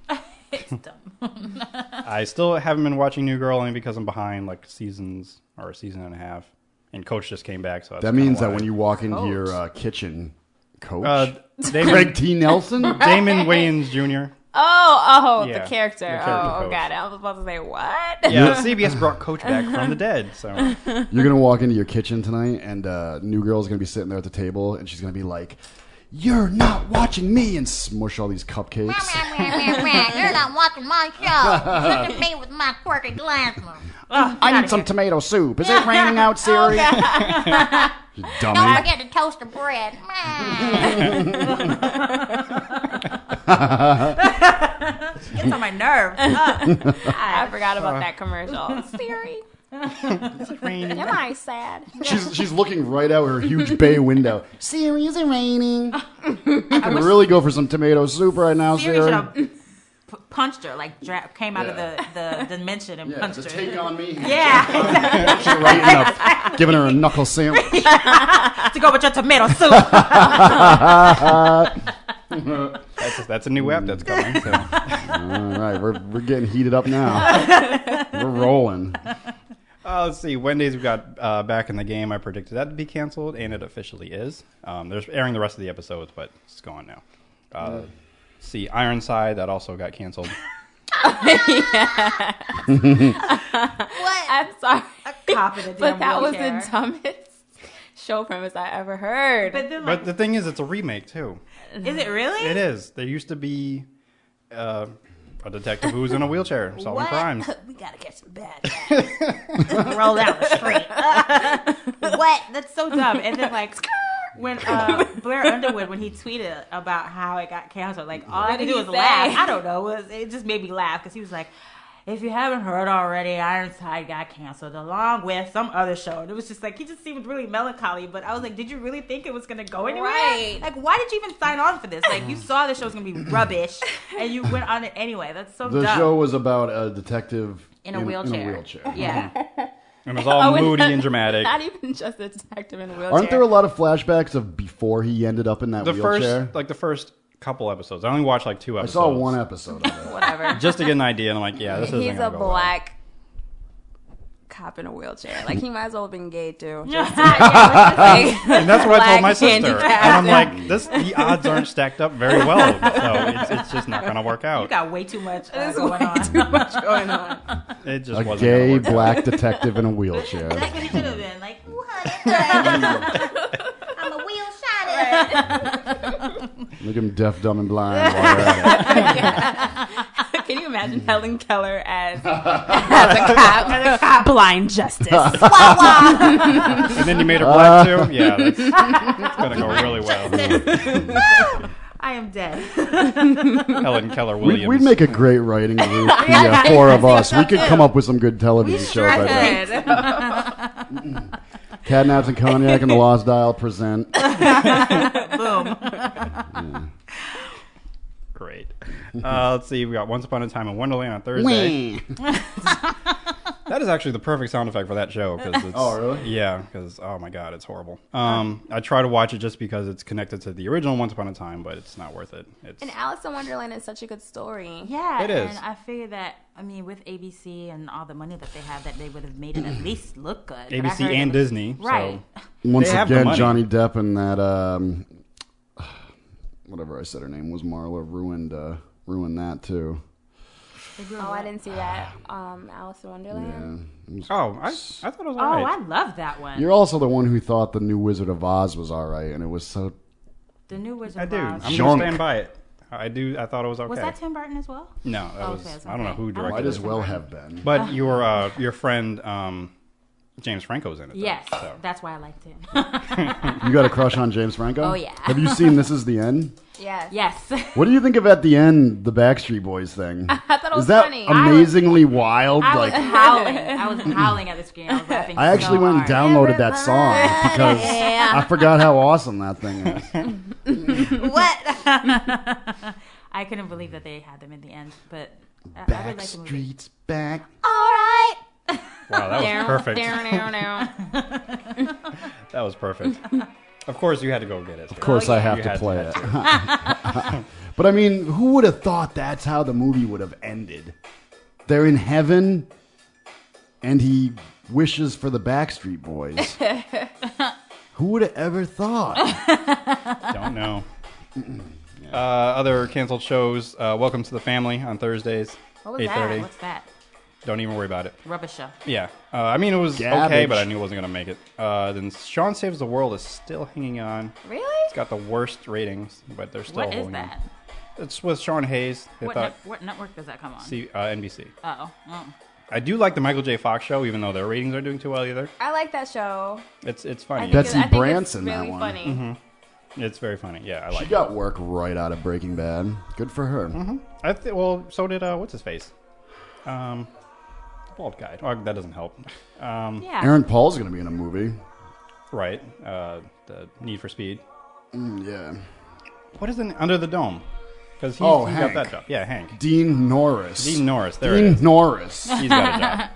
[SPEAKER 3] It's dumb.
[SPEAKER 2] I still haven't been watching New Girl only because I'm behind like seasons or a season and a half. And Coach just came back, so that's
[SPEAKER 1] that
[SPEAKER 2] kinda
[SPEAKER 1] means that
[SPEAKER 2] why.
[SPEAKER 1] when you walk into your uh, kitchen, coach
[SPEAKER 2] uh,
[SPEAKER 1] Greg
[SPEAKER 2] Damon,
[SPEAKER 1] T. Nelson.
[SPEAKER 2] Damon Wayans Jr.
[SPEAKER 4] Oh, oh,
[SPEAKER 2] Yeah,
[SPEAKER 4] the character.
[SPEAKER 2] the character
[SPEAKER 4] oh,
[SPEAKER 2] coach.
[SPEAKER 4] oh, got it. I was about to say what?
[SPEAKER 2] Yeah, CBS brought Coach back from the dead. So
[SPEAKER 1] You're gonna walk into your kitchen tonight, and uh, new girl's gonna be sitting there at the table, and she's gonna be like, "You're not watching me," and smush all these cupcakes.
[SPEAKER 5] You're not watching my show. Look at me with my quirky glasses.
[SPEAKER 1] I need some tomato soup. Is it raining
[SPEAKER 3] Oh,
[SPEAKER 1] out, Siri? You
[SPEAKER 5] Don't
[SPEAKER 1] dummy.
[SPEAKER 5] forget to toast the bread.
[SPEAKER 3] It's on my nerve.
[SPEAKER 4] I forgot
[SPEAKER 3] Uh,
[SPEAKER 4] about that commercial. Siri, am I sad?
[SPEAKER 1] She's she's looking right out her huge bay window. Siri, is it raining? I could really go for some tomato soup right now,
[SPEAKER 3] Siri
[SPEAKER 1] Siri.
[SPEAKER 3] should have p- punched her, like dra- came out
[SPEAKER 1] Yeah.
[SPEAKER 3] of the, the dimension and
[SPEAKER 1] Yeah,
[SPEAKER 3] punched
[SPEAKER 1] to
[SPEAKER 3] her.
[SPEAKER 1] take on me.
[SPEAKER 3] yeah,
[SPEAKER 1] Punch her right in the- giving her a knuckle sandwich.
[SPEAKER 3] to go with your tomato soup.
[SPEAKER 2] that's, that's a new app that's coming. So.
[SPEAKER 1] All right, we're we're getting heated up now. We're rolling.
[SPEAKER 2] Uh, let's see. Wednesdays we got uh, back in the game. I predicted that to be canceled, and it officially is. Um, they're airing the rest of the episodes, but it's gone now. Uh, See, Ironside that also got canceled.
[SPEAKER 5] What?
[SPEAKER 4] I'm sorry,
[SPEAKER 3] Cop in a
[SPEAKER 4] but
[SPEAKER 3] damn
[SPEAKER 4] that was
[SPEAKER 3] wheelchair.
[SPEAKER 4] the dumbest show premise I ever heard.
[SPEAKER 3] But then, like,
[SPEAKER 2] but the thing is, it's a remake too.
[SPEAKER 3] is it really?
[SPEAKER 2] It is. There used to be uh, a detective who was in a wheelchair solving crimes.
[SPEAKER 3] we gotta get some bad guys. Roll down the street. what? That's so dumb. And then like when uh, Blair Underwood when he tweeted about how it got canceled, like all I had to
[SPEAKER 4] did
[SPEAKER 3] do
[SPEAKER 4] he
[SPEAKER 3] was
[SPEAKER 4] say?
[SPEAKER 3] laugh. I don't know. It, was, it just made me laugh because he was like. If you haven't heard already, Ironside got canceled along with some other show. And it was just like, he just seemed really melancholy. But I was like, did you really think it was going to go anywhere?
[SPEAKER 4] Right.
[SPEAKER 3] Like, why did you even sign on for this? Like, you saw the show was going to be rubbish and you went on it anyway. That's so
[SPEAKER 1] The
[SPEAKER 3] dumb.
[SPEAKER 1] show was about a detective
[SPEAKER 3] in a wheelchair. Yeah.
[SPEAKER 2] And it was all
[SPEAKER 4] Oh, and
[SPEAKER 2] moody
[SPEAKER 4] not-
[SPEAKER 2] and dramatic.
[SPEAKER 4] Not even just a detective in a wheelchair.
[SPEAKER 1] Aren't there a lot of flashbacks of before he ended up in that
[SPEAKER 2] The
[SPEAKER 1] wheelchair?
[SPEAKER 2] first, like the first couple episodes. I only watched like two
[SPEAKER 1] I
[SPEAKER 2] episodes.
[SPEAKER 1] saw one episode of it.
[SPEAKER 4] Whatever.
[SPEAKER 2] just to get an idea. And I'm like, yeah, this isn't
[SPEAKER 4] He's
[SPEAKER 2] gonna
[SPEAKER 4] a
[SPEAKER 2] go well.
[SPEAKER 4] black cop in a wheelchair. Like he might as well have been gay too.
[SPEAKER 2] And that's what I told my sister. And I'm like, this the odds aren't stacked up very well, so it's, it's just not going to work
[SPEAKER 3] You
[SPEAKER 2] out.
[SPEAKER 3] got way too much uh,
[SPEAKER 4] There's
[SPEAKER 3] going
[SPEAKER 4] way
[SPEAKER 3] on.
[SPEAKER 4] too much going on.
[SPEAKER 2] It just
[SPEAKER 1] A
[SPEAKER 2] wasn't
[SPEAKER 1] gay
[SPEAKER 2] gonna work
[SPEAKER 1] black detective in a wheelchair.
[SPEAKER 3] That's what it should have been. Like,
[SPEAKER 5] Ooh, honey, I'm a wheel shot.
[SPEAKER 1] Make him deaf, dumb, and blind. while they're at it.
[SPEAKER 4] Can you imagine Helen Keller as, as a cop? Blind justice.
[SPEAKER 2] Out. And then you made
[SPEAKER 1] Uh.
[SPEAKER 2] her black too. Yeah, that's, that's going to go really well.
[SPEAKER 3] I am dead.
[SPEAKER 2] Helen Keller
[SPEAKER 1] We'd,
[SPEAKER 2] Williams.
[SPEAKER 1] we'd make a great writing group, the uh, four of us. We could come up with some good television shows. I bet. Catnaps and Cognac and the Lost Dial present.
[SPEAKER 3] Boom.
[SPEAKER 2] great. Uh, let's see. We got Once Upon a Time in Wonderland on Thursday. That is actually the perfect sound effect for that show because it's.
[SPEAKER 1] Oh, really?
[SPEAKER 2] Yeah, because oh my god, it's horrible. Um, I try to watch it just because it's connected to the original Once Upon a Time, but it's not worth it. It's
[SPEAKER 4] And Alice in Wonderland is such a good story.
[SPEAKER 3] Yeah,
[SPEAKER 2] It is.
[SPEAKER 3] And I figure that I mean, with ABC and all the money that they have, that they would have made it at least look good. But I
[SPEAKER 2] ABC
[SPEAKER 3] heard it
[SPEAKER 2] and
[SPEAKER 3] was-
[SPEAKER 2] Disney.
[SPEAKER 3] right?
[SPEAKER 2] So.
[SPEAKER 1] Once
[SPEAKER 2] They have the
[SPEAKER 1] again,
[SPEAKER 2] money.
[SPEAKER 1] Johnny Depp and that um, whatever I said her name was Marla ruined uh, ruined that too.
[SPEAKER 4] Oh, I didn't see that. Um, Alice in Wonderland.
[SPEAKER 1] Yeah. It was-
[SPEAKER 2] Oh, I, I thought it was
[SPEAKER 3] Oh,
[SPEAKER 2] alright.
[SPEAKER 3] I love that one.
[SPEAKER 1] You're also the one who thought the new Wizard of Oz was all right, and it was so
[SPEAKER 3] The new Wizard
[SPEAKER 2] I
[SPEAKER 3] of
[SPEAKER 2] do. I'm
[SPEAKER 3] Oz.
[SPEAKER 2] gonna
[SPEAKER 1] Junk.
[SPEAKER 2] stand by it. I do. I thought it was okay.
[SPEAKER 3] Was that Tim Burton as well?
[SPEAKER 2] no, that was.
[SPEAKER 3] that's
[SPEAKER 2] I don't know
[SPEAKER 3] okay.
[SPEAKER 2] who
[SPEAKER 3] I don't
[SPEAKER 2] directed
[SPEAKER 1] Might
[SPEAKER 2] it.
[SPEAKER 1] as well have been.
[SPEAKER 2] But your uh, your friend um, James Franco's in it. though,
[SPEAKER 3] Yes,
[SPEAKER 2] so.
[SPEAKER 3] that's why I liked it.
[SPEAKER 1] You got a crush on James Franco?
[SPEAKER 3] Oh, yeah.
[SPEAKER 1] Have you seen This Is the End?
[SPEAKER 4] Yes.
[SPEAKER 3] yes.
[SPEAKER 1] What do you think of at the end the Backstreet Boys thing?
[SPEAKER 4] I thought it was
[SPEAKER 1] Is that
[SPEAKER 4] funny. I was-
[SPEAKER 1] amazingly wild?
[SPEAKER 3] I was
[SPEAKER 1] like
[SPEAKER 3] howling. I was howling at the screen. I was laughing.
[SPEAKER 1] I actually
[SPEAKER 3] so
[SPEAKER 1] went and
[SPEAKER 3] hard.
[SPEAKER 1] downloaded that song because I forgot how awesome that thing is.
[SPEAKER 3] I couldn't believe that they had them in the end, but I, I would like the movie.
[SPEAKER 1] Backstreet's back.
[SPEAKER 2] Wow, that was perfect.
[SPEAKER 4] Down, down, down.
[SPEAKER 2] That was perfect. Of course, you had to go get it. Of
[SPEAKER 1] Of course, I have
[SPEAKER 2] You
[SPEAKER 1] to
[SPEAKER 2] had to,
[SPEAKER 1] play
[SPEAKER 2] had
[SPEAKER 1] it. but I mean, who would have thought that's how the movie would have ended? They're in heaven, and he wishes for the Backstreet Boys. who would have ever thought?
[SPEAKER 2] Don't know. Uh, other canceled shows. Uh, Welcome to the Family on Thursdays.
[SPEAKER 3] What was
[SPEAKER 2] Eight
[SPEAKER 3] that?
[SPEAKER 2] thirty.
[SPEAKER 3] What's that?
[SPEAKER 2] Don't even worry about it.
[SPEAKER 3] Rubber show.
[SPEAKER 2] Yeah. Uh, I mean, it was okay,
[SPEAKER 1] Garbage.
[SPEAKER 2] but I knew I wasn't gonna make it. Uh, then Sean Saves the World is still hanging on.
[SPEAKER 4] Really?
[SPEAKER 2] It's got the worst ratings, but they're still
[SPEAKER 3] What is
[SPEAKER 2] holding
[SPEAKER 3] that?
[SPEAKER 2] on. It's with Sean Hayes. They
[SPEAKER 3] What,
[SPEAKER 2] thought
[SPEAKER 3] net, what network does that come on?
[SPEAKER 2] see, uh, NBC.
[SPEAKER 3] Oh, mm.
[SPEAKER 2] I do like the Michael J. Fox show, even though their ratings aren't doing too well either.
[SPEAKER 4] I like that show.
[SPEAKER 2] It's it's
[SPEAKER 4] I
[SPEAKER 2] funny.
[SPEAKER 4] think
[SPEAKER 1] Betsy
[SPEAKER 4] it- I think
[SPEAKER 1] Branson, that
[SPEAKER 4] It's really
[SPEAKER 1] one.
[SPEAKER 4] funny.
[SPEAKER 2] Mm-hmm. It's very funny. Yeah, I
[SPEAKER 1] She
[SPEAKER 2] like. it.
[SPEAKER 1] got work right out of Breaking Bad. Good for her.
[SPEAKER 2] I th- well, so did uh, what's his face, um, bald guy. Oh, that doesn't help. Um,
[SPEAKER 3] yeah.
[SPEAKER 1] Aaron Paul's going to be in a movie.
[SPEAKER 2] Right. Uh, the Need for Speed.
[SPEAKER 1] Mm, yeah.
[SPEAKER 2] What is the Under the Dome? Because he,
[SPEAKER 1] Oh,
[SPEAKER 2] he
[SPEAKER 1] Hank. Mm.
[SPEAKER 2] got that job. Yeah, Hank.
[SPEAKER 1] Dean Norris.
[SPEAKER 2] Dean Norris. There
[SPEAKER 1] Dean
[SPEAKER 2] it is.
[SPEAKER 1] Norris.
[SPEAKER 2] He's got a job.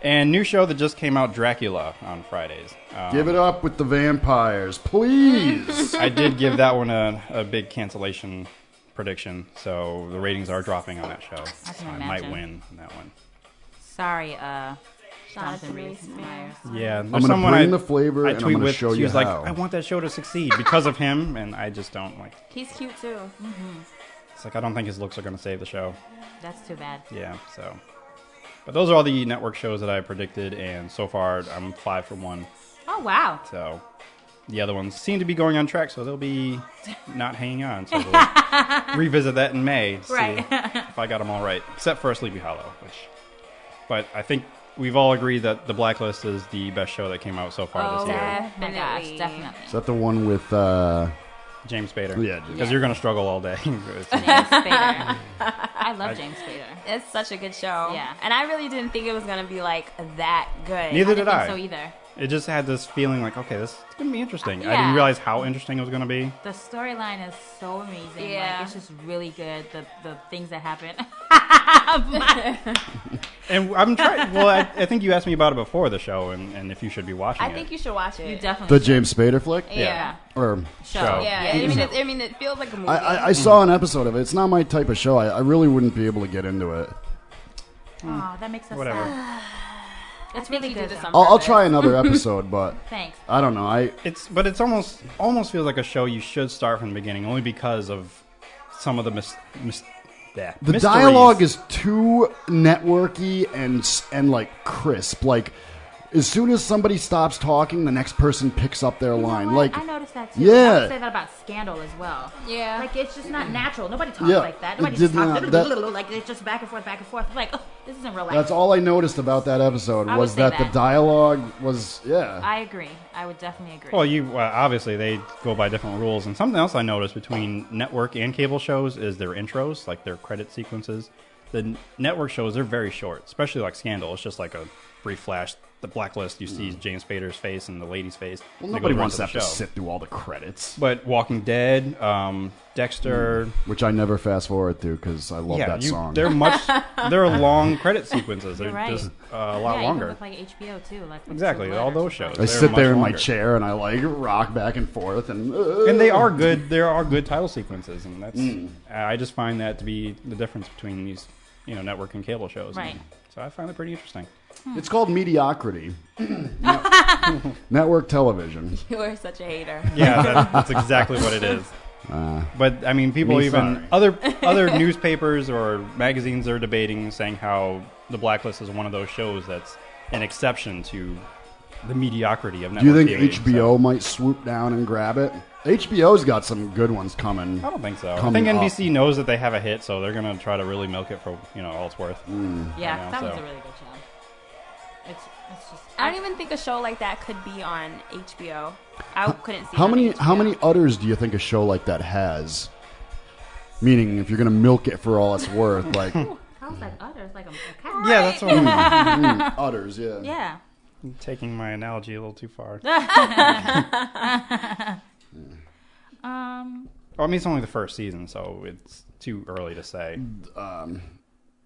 [SPEAKER 2] And new show that just came out, Dracula, on Fridays. Um,
[SPEAKER 1] Give it up with the vampires, please.
[SPEAKER 2] I did give that one a, a big cancellation prediction, so the ratings are dropping on that show. I,
[SPEAKER 3] can
[SPEAKER 2] might
[SPEAKER 3] imagine.
[SPEAKER 2] win on that one.
[SPEAKER 3] Sorry, uh, Jonathan
[SPEAKER 4] Jonathan
[SPEAKER 3] Rhys
[SPEAKER 4] Rhys
[SPEAKER 3] Meyers.
[SPEAKER 2] Yeah,
[SPEAKER 1] I'm
[SPEAKER 2] there's
[SPEAKER 1] going to
[SPEAKER 2] someone
[SPEAKER 1] bring
[SPEAKER 2] I,
[SPEAKER 1] the flavor
[SPEAKER 2] I
[SPEAKER 1] and
[SPEAKER 2] tweet
[SPEAKER 1] I'm going to
[SPEAKER 2] with.
[SPEAKER 1] show
[SPEAKER 2] she
[SPEAKER 1] you
[SPEAKER 2] was like,
[SPEAKER 1] how.
[SPEAKER 2] I want that show to succeed because of him, and I just don't like.
[SPEAKER 4] He's cute too.
[SPEAKER 2] It's like I don't think his looks are going to save the show.
[SPEAKER 3] That's too bad.
[SPEAKER 2] Yeah, so. But those are all the network shows that I predicted, and so far I'm five for one.
[SPEAKER 3] Oh wow.
[SPEAKER 2] So the other ones seem to be going on track, so they'll be not hanging on. So we'll revisit that in May. to see
[SPEAKER 3] Right.
[SPEAKER 2] if I got them all right, except for Sleepy Hollow, which. But I think we've all agreed that The Blacklist is the best show that came out so far
[SPEAKER 3] Oh
[SPEAKER 2] this year.
[SPEAKER 4] yeah.
[SPEAKER 3] my gosh,
[SPEAKER 4] Definitely.
[SPEAKER 3] definitely.
[SPEAKER 1] Is that the one with uh,
[SPEAKER 2] James Spader.
[SPEAKER 1] Yeah, James
[SPEAKER 2] because you're going to struggle all day.
[SPEAKER 3] James Spader. I love James Spader.
[SPEAKER 4] It's such a good show.
[SPEAKER 3] Yeah.
[SPEAKER 4] And I really didn't think it was gonna be like that good.
[SPEAKER 2] Neither
[SPEAKER 3] I
[SPEAKER 2] did
[SPEAKER 3] didn't
[SPEAKER 2] I.
[SPEAKER 3] think so either.
[SPEAKER 2] It just had this feeling like, okay, this is going to be interesting. I
[SPEAKER 3] Yeah.
[SPEAKER 2] didn't realize how interesting it was going to be.
[SPEAKER 3] The storyline is so amazing.
[SPEAKER 4] Yeah.
[SPEAKER 3] Like, it's just really good. The the things that happen.
[SPEAKER 2] And I'm trying. well, I, I think you asked me about it before the show, and, and if you should be watching
[SPEAKER 4] I
[SPEAKER 2] it.
[SPEAKER 4] think you should watch it.
[SPEAKER 3] you definitely
[SPEAKER 1] the James Spader flick?
[SPEAKER 4] yeah.
[SPEAKER 1] Or
[SPEAKER 3] show.
[SPEAKER 2] Show.
[SPEAKER 4] Yeah. I mean, it, I mean, it feels like a movie.
[SPEAKER 1] I, I, I saw an episode of it. It's not my type of show. I, I really wouldn't be able to get into it.
[SPEAKER 3] Oh, that makes us
[SPEAKER 2] Whatever.
[SPEAKER 3] sad. It's
[SPEAKER 4] think
[SPEAKER 3] really
[SPEAKER 4] you
[SPEAKER 3] good.
[SPEAKER 4] did this
[SPEAKER 3] though.
[SPEAKER 4] on
[SPEAKER 1] I'll, I'll
[SPEAKER 4] purpose.
[SPEAKER 1] try another episode, but
[SPEAKER 3] Thanks.
[SPEAKER 1] I don't know. I
[SPEAKER 2] It's but it's almost almost feels like a show you should start from the beginning, only because of some of the mis, mis yeah,
[SPEAKER 1] the
[SPEAKER 2] mysteries.
[SPEAKER 1] dialogue is too networky and s- and like crisp. Like as soon as somebody stops talking, the next person picks up their
[SPEAKER 3] You know
[SPEAKER 1] line.
[SPEAKER 3] what?
[SPEAKER 1] Like
[SPEAKER 3] I noticed that too.
[SPEAKER 1] yeah.
[SPEAKER 3] I would say that about Scandal as well.
[SPEAKER 4] Yeah.
[SPEAKER 3] like it's just not natural. Nobody talks
[SPEAKER 1] Yeah,
[SPEAKER 3] like that.
[SPEAKER 1] it
[SPEAKER 3] Nobody
[SPEAKER 1] did
[SPEAKER 3] just talks
[SPEAKER 1] not- that-
[SPEAKER 3] like it's just back and forth, back and forth. Like oh, this isn't real life.
[SPEAKER 1] That's all I noticed about that episode
[SPEAKER 3] I would
[SPEAKER 1] was
[SPEAKER 3] say
[SPEAKER 1] that, the
[SPEAKER 3] that.
[SPEAKER 1] dialogue was yeah.
[SPEAKER 3] I agree. I would definitely agree.
[SPEAKER 2] Well, you uh, obviously they go by different rules, and something else I noticed between network and cable shows is their intros, like their credit sequences. The n- network shows they're very short, especially like Scandal. It's just like a brief flash. The Blacklist, you see James Spader's face and the lady's face.
[SPEAKER 1] Mm. well,
[SPEAKER 2] They go
[SPEAKER 1] nobody
[SPEAKER 2] right
[SPEAKER 1] wants
[SPEAKER 2] the
[SPEAKER 1] to have to
[SPEAKER 2] show.
[SPEAKER 1] sit through all the credits,
[SPEAKER 2] But Walking Dead, um, Dexter,
[SPEAKER 1] which I never fast forward through because I love that
[SPEAKER 2] you-
[SPEAKER 1] song.
[SPEAKER 2] They're much. they're long credit sequences. They're
[SPEAKER 3] You're right.
[SPEAKER 2] just uh, a
[SPEAKER 3] yeah,
[SPEAKER 2] lot
[SPEAKER 3] you
[SPEAKER 2] longer.
[SPEAKER 3] Can look like HBO too. Like with
[SPEAKER 2] Exactly,
[SPEAKER 3] True Blood
[SPEAKER 2] all
[SPEAKER 3] or
[SPEAKER 2] those
[SPEAKER 3] something like
[SPEAKER 2] shows.
[SPEAKER 1] I
[SPEAKER 2] they're
[SPEAKER 1] sit there
[SPEAKER 2] much
[SPEAKER 1] in my
[SPEAKER 2] longer.
[SPEAKER 1] chair and I like rock back and forth and uh,
[SPEAKER 3] Mm-hmm.
[SPEAKER 2] and they are good. There are good title sequences, and that's. I just find that to be the difference between these, you know, network and cable shows.
[SPEAKER 3] Right.
[SPEAKER 2] so I find it pretty interesting.
[SPEAKER 1] It's called mediocrity. Network television.
[SPEAKER 4] You are such a hater.
[SPEAKER 2] Yeah, that, that's exactly what it is. but I mean, people
[SPEAKER 1] me
[SPEAKER 2] even
[SPEAKER 1] sorry.
[SPEAKER 2] other other newspapers or magazines are debating, saying how the Blacklist is one of those shows that's an exception to the mediocrity of
[SPEAKER 1] Do you
[SPEAKER 2] network.
[SPEAKER 1] think
[SPEAKER 2] TV, so-
[SPEAKER 1] HBO might swoop down and grab it? HBO's got some good ones coming.
[SPEAKER 2] I don't think so.
[SPEAKER 1] Coming
[SPEAKER 2] I
[SPEAKER 1] up.
[SPEAKER 2] think NBC knows that they have a hit, so they're gonna try to really milk it for you know all it's worth.
[SPEAKER 1] Hmm.
[SPEAKER 3] Yeah,
[SPEAKER 2] know,
[SPEAKER 3] that was
[SPEAKER 2] so-
[SPEAKER 3] a really good show. It's it's just
[SPEAKER 4] I don't even think a show like that could be on HBO. I couldn't see. it
[SPEAKER 1] How
[SPEAKER 4] on
[SPEAKER 1] many
[SPEAKER 4] HBO.
[SPEAKER 1] how many udders do you think a show like that has? Meaning, if you're gonna milk it for all it's worth, like
[SPEAKER 3] I was like utter. It's like a, a cat.
[SPEAKER 2] Yeah, that's what I'm
[SPEAKER 1] mm, udders, yeah.
[SPEAKER 3] Yeah.
[SPEAKER 2] taking my analogy a little too far. Hmm.
[SPEAKER 3] Um.
[SPEAKER 2] Well, I mean, it's only the first season, so it's too early to say.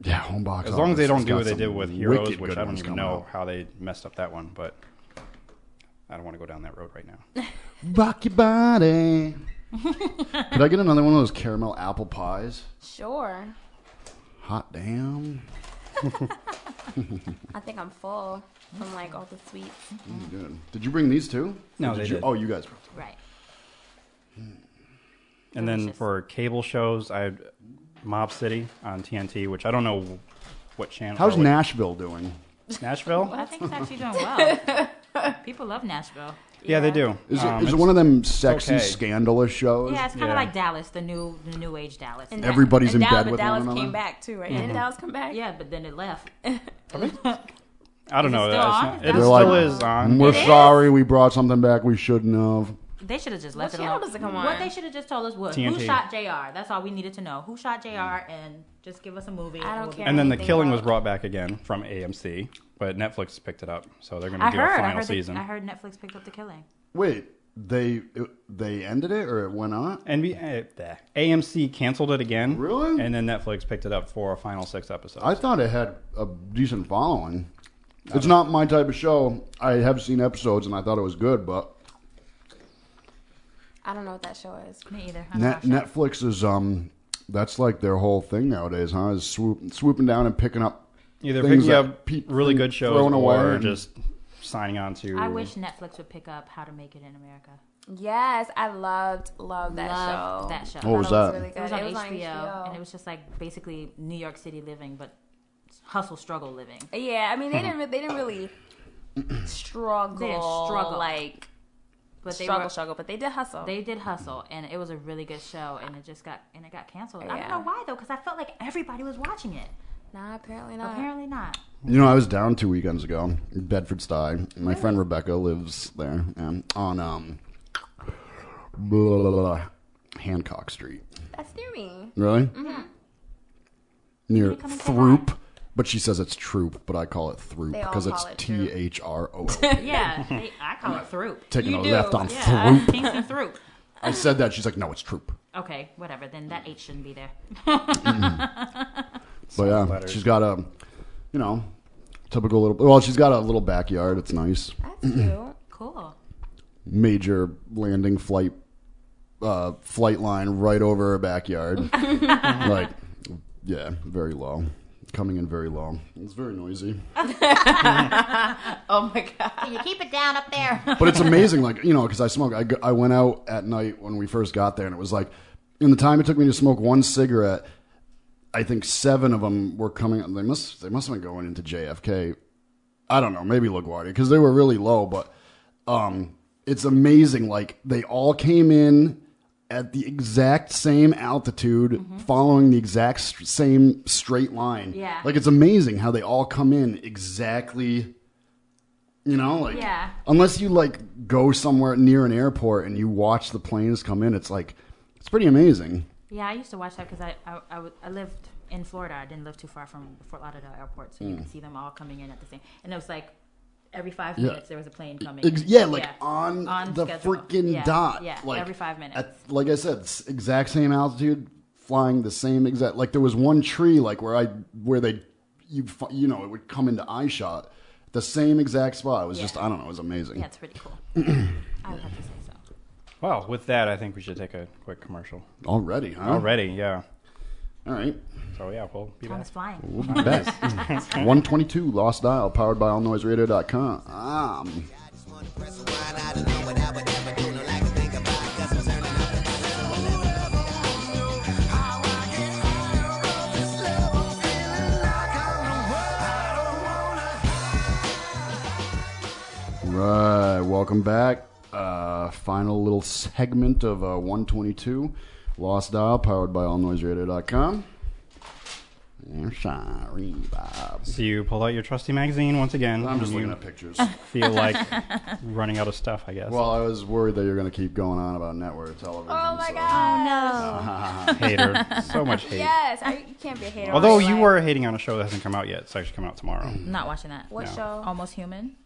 [SPEAKER 1] yeah. Home box.
[SPEAKER 2] As long
[SPEAKER 1] office
[SPEAKER 2] as they don't
[SPEAKER 1] Hmm. has
[SPEAKER 2] do
[SPEAKER 1] got
[SPEAKER 2] what they
[SPEAKER 1] some
[SPEAKER 2] did with Heroes,
[SPEAKER 1] wicked
[SPEAKER 2] which
[SPEAKER 1] good
[SPEAKER 2] I don't
[SPEAKER 1] ones
[SPEAKER 2] even
[SPEAKER 1] coming
[SPEAKER 2] know
[SPEAKER 1] out.
[SPEAKER 2] how they messed up that one, but I don't want to go down that road right now.
[SPEAKER 1] Rock your body. Could I get another one of those caramel apple pies?
[SPEAKER 4] Sure.
[SPEAKER 1] Hot damn.
[SPEAKER 4] I think I'm full from like all the sweets.
[SPEAKER 1] Mm, Good. Did you bring these too?
[SPEAKER 2] No,
[SPEAKER 1] Or
[SPEAKER 2] they
[SPEAKER 1] you-
[SPEAKER 2] did.
[SPEAKER 1] Oh, you guys.
[SPEAKER 3] Right.
[SPEAKER 2] And then for cable shows, I had Mob City on TNT, which I don't know what channel.
[SPEAKER 1] How's
[SPEAKER 2] or what-
[SPEAKER 1] Nashville doing?
[SPEAKER 2] Nashville?
[SPEAKER 3] I think it's actually doing well. People love Nashville.
[SPEAKER 2] Yeah, they do.
[SPEAKER 1] Is it,
[SPEAKER 2] Um,
[SPEAKER 1] is it
[SPEAKER 2] it's-
[SPEAKER 1] one of them sexy,
[SPEAKER 2] okay.
[SPEAKER 1] scandalous shows?
[SPEAKER 3] Yeah, it's kind of
[SPEAKER 2] Yeah.
[SPEAKER 3] like Dallas, the new the new age Dallas.
[SPEAKER 4] And
[SPEAKER 1] Everybody's
[SPEAKER 4] and
[SPEAKER 1] in
[SPEAKER 4] Dallas,
[SPEAKER 1] bed
[SPEAKER 4] but
[SPEAKER 1] with
[SPEAKER 4] Dallas
[SPEAKER 1] one another? Mm-hmm.
[SPEAKER 4] came back too, right? Didn't Dallas come back?
[SPEAKER 3] yeah, but then it left.
[SPEAKER 2] I don't
[SPEAKER 3] Is it
[SPEAKER 2] know.
[SPEAKER 3] still
[SPEAKER 2] It's
[SPEAKER 3] on?
[SPEAKER 2] not- it
[SPEAKER 3] Is that
[SPEAKER 2] still
[SPEAKER 1] on?
[SPEAKER 2] is on.
[SPEAKER 1] We're
[SPEAKER 4] It is?
[SPEAKER 1] sorry we brought something back we shouldn't have.
[SPEAKER 3] They should have just left
[SPEAKER 4] What
[SPEAKER 3] it
[SPEAKER 4] channel
[SPEAKER 3] alone.
[SPEAKER 4] does it come on?
[SPEAKER 3] What they should have just told us was who
[SPEAKER 2] TNT.
[SPEAKER 3] shot Jr. That's all we needed to know. Who shot Jr. and just give us a movie.
[SPEAKER 4] I
[SPEAKER 3] and
[SPEAKER 4] don't
[SPEAKER 3] we'll be
[SPEAKER 4] care.
[SPEAKER 2] And then the
[SPEAKER 4] Anything
[SPEAKER 2] killing
[SPEAKER 4] about-
[SPEAKER 2] was brought back again from AMC, but Netflix picked it up, so they're going
[SPEAKER 3] I
[SPEAKER 2] to do a
[SPEAKER 3] heard. I
[SPEAKER 2] final
[SPEAKER 3] heard,
[SPEAKER 2] season.
[SPEAKER 3] They, I heard Netflix picked up the killing.
[SPEAKER 1] Wait, they they ended it or it went on?
[SPEAKER 2] NBA, eh, AMC canceled it again.
[SPEAKER 1] Really?
[SPEAKER 2] And then Netflix picked it up for a final six episodes.
[SPEAKER 1] I thought it had a decent following. It's not my type of show. I have seen episodes and I thought it was good, but
[SPEAKER 4] I don't know what that show is.
[SPEAKER 3] Me either. I don't
[SPEAKER 1] Net-
[SPEAKER 3] watch that.
[SPEAKER 1] Netflix is um that's like their whole thing nowadays, huh? Is swoop, swooping down and picking up
[SPEAKER 2] Either
[SPEAKER 1] things
[SPEAKER 2] picking
[SPEAKER 1] that
[SPEAKER 2] up
[SPEAKER 1] pe-
[SPEAKER 2] really good shows
[SPEAKER 1] thrown away
[SPEAKER 2] or
[SPEAKER 1] and-
[SPEAKER 2] just signing on to.
[SPEAKER 3] I wish Netflix would pick up How to Make It in America.
[SPEAKER 4] Yes, I loved, loved that
[SPEAKER 3] Loved
[SPEAKER 4] show.
[SPEAKER 3] that show.
[SPEAKER 1] What was
[SPEAKER 4] Thought it
[SPEAKER 1] that?
[SPEAKER 4] really good.
[SPEAKER 3] It was on HBO, and it was just like basically New York City living, but hustle struggle living.
[SPEAKER 4] Yeah, I mean they didn't. re- They didn't really struggle.
[SPEAKER 3] struggle.
[SPEAKER 4] like
[SPEAKER 3] But they
[SPEAKER 4] struggle,
[SPEAKER 3] were,
[SPEAKER 4] struggle. But they did hustle.
[SPEAKER 3] they did hustle, and it was a really good show, and it just got and it got canceled. I don't
[SPEAKER 4] Yeah.
[SPEAKER 3] know why though, because I felt like everybody was watching it.
[SPEAKER 4] nah, apparently not.
[SPEAKER 3] Apparently not.
[SPEAKER 1] You know, I was down two weekends ago, in Bedford Stuy. My friend Rebecca lives there um, on um, blah, blah, blah, blah, Hancock Street.
[SPEAKER 4] That's near me.
[SPEAKER 1] Really? Mm-hmm. Near
[SPEAKER 3] come and say
[SPEAKER 1] Throop, but she says it's Troop, but I call it Throop
[SPEAKER 4] all
[SPEAKER 1] because it's
[SPEAKER 4] call it
[SPEAKER 1] T
[SPEAKER 4] Throop.
[SPEAKER 1] H R O L.
[SPEAKER 3] Yeah, they, I call it Throop.
[SPEAKER 1] Taking
[SPEAKER 4] You
[SPEAKER 1] a
[SPEAKER 4] do,
[SPEAKER 1] left on
[SPEAKER 3] Yeah,
[SPEAKER 1] Throop.
[SPEAKER 3] Pinks and Throop.
[SPEAKER 1] I said that. She's like, no, it's Troop.
[SPEAKER 3] Okay, whatever. Then that H shouldn't be there.
[SPEAKER 1] But yeah,
[SPEAKER 2] letters.
[SPEAKER 1] she's got a, you know, typical little. Well, she's got a little backyard. It's nice.
[SPEAKER 4] That's cute.
[SPEAKER 3] Cool.
[SPEAKER 1] major landing flight uh, flight line right over her backyard. like, yeah, very low. Coming in very low. It's very noisy.
[SPEAKER 4] Oh my god.
[SPEAKER 5] Can you keep it down up there?
[SPEAKER 1] But it's amazing, like, you know, because I smoke. I, go- I went out at night when we first got there, and it was like, in the time it took me to smoke one cigarette, I think seven of them were coming. They must, they must have been going into JFK. I don't know, maybe LaGuardia, because they were really low, but um, it's amazing. Like they all came in at the exact same altitude, following the exact st- same straight line.
[SPEAKER 3] Yeah.
[SPEAKER 1] like it's amazing how they all come in exactly. You know, like
[SPEAKER 3] Yeah.
[SPEAKER 1] unless you like go somewhere near an airport and you watch the planes come in, it's like it's pretty amazing.
[SPEAKER 3] Yeah, I used to watch that because I, I, I, w- I lived in Florida. I didn't live too far from Fort Lauderdale Airport, so you could see them all coming in at the same. And it was like every five
[SPEAKER 1] Mm. Yeah. E-,
[SPEAKER 3] minutes there was a plane coming.
[SPEAKER 1] Ex-
[SPEAKER 3] in.
[SPEAKER 1] yeah, like on, the
[SPEAKER 3] schedule.
[SPEAKER 1] freaking
[SPEAKER 3] Yeah,
[SPEAKER 1] dot.
[SPEAKER 3] Yeah,
[SPEAKER 1] like
[SPEAKER 3] every five minutes.
[SPEAKER 1] at- like I said, s- exact same altitude, flying the same exact. Like there was one tree, like where I where they you fu- you know it would come into eye shot, the same exact spot. It was just I don't know, it was amazing.
[SPEAKER 3] yeah, it's pretty cool. I would have to say so.
[SPEAKER 2] Well, with that, I think we should take a quick commercial.
[SPEAKER 1] Already, huh?
[SPEAKER 2] Already, yeah.
[SPEAKER 1] All right.
[SPEAKER 2] So, yeah, we'll be
[SPEAKER 3] Time
[SPEAKER 2] back.
[SPEAKER 3] is flying.
[SPEAKER 1] We'll be back. 122 Lost Dial, powered by allnoiseradio.com. Um, Right, welcome back. Uh, final little segment of uh, 122 Lost Dial, powered by AllNoiseRadio.com. I'm sorry, Bob.
[SPEAKER 2] So you pull out your trusty magazine once again.
[SPEAKER 1] I'm
[SPEAKER 2] and
[SPEAKER 1] just
[SPEAKER 2] you
[SPEAKER 1] looking at pictures.
[SPEAKER 2] Feel like running out of stuff, I guess.
[SPEAKER 1] well, I was worried that you're going to keep going on about network television.
[SPEAKER 4] Oh my
[SPEAKER 1] so-
[SPEAKER 4] god.
[SPEAKER 2] hater, so much hate.
[SPEAKER 4] Yes, I, you can't be a hater.
[SPEAKER 2] Although
[SPEAKER 4] on
[SPEAKER 2] you
[SPEAKER 4] life.
[SPEAKER 2] were hating on a show that hasn't come out yet, it's actually coming out tomorrow.
[SPEAKER 3] Not watching that.
[SPEAKER 4] What
[SPEAKER 2] No.
[SPEAKER 4] show?
[SPEAKER 3] Almost Human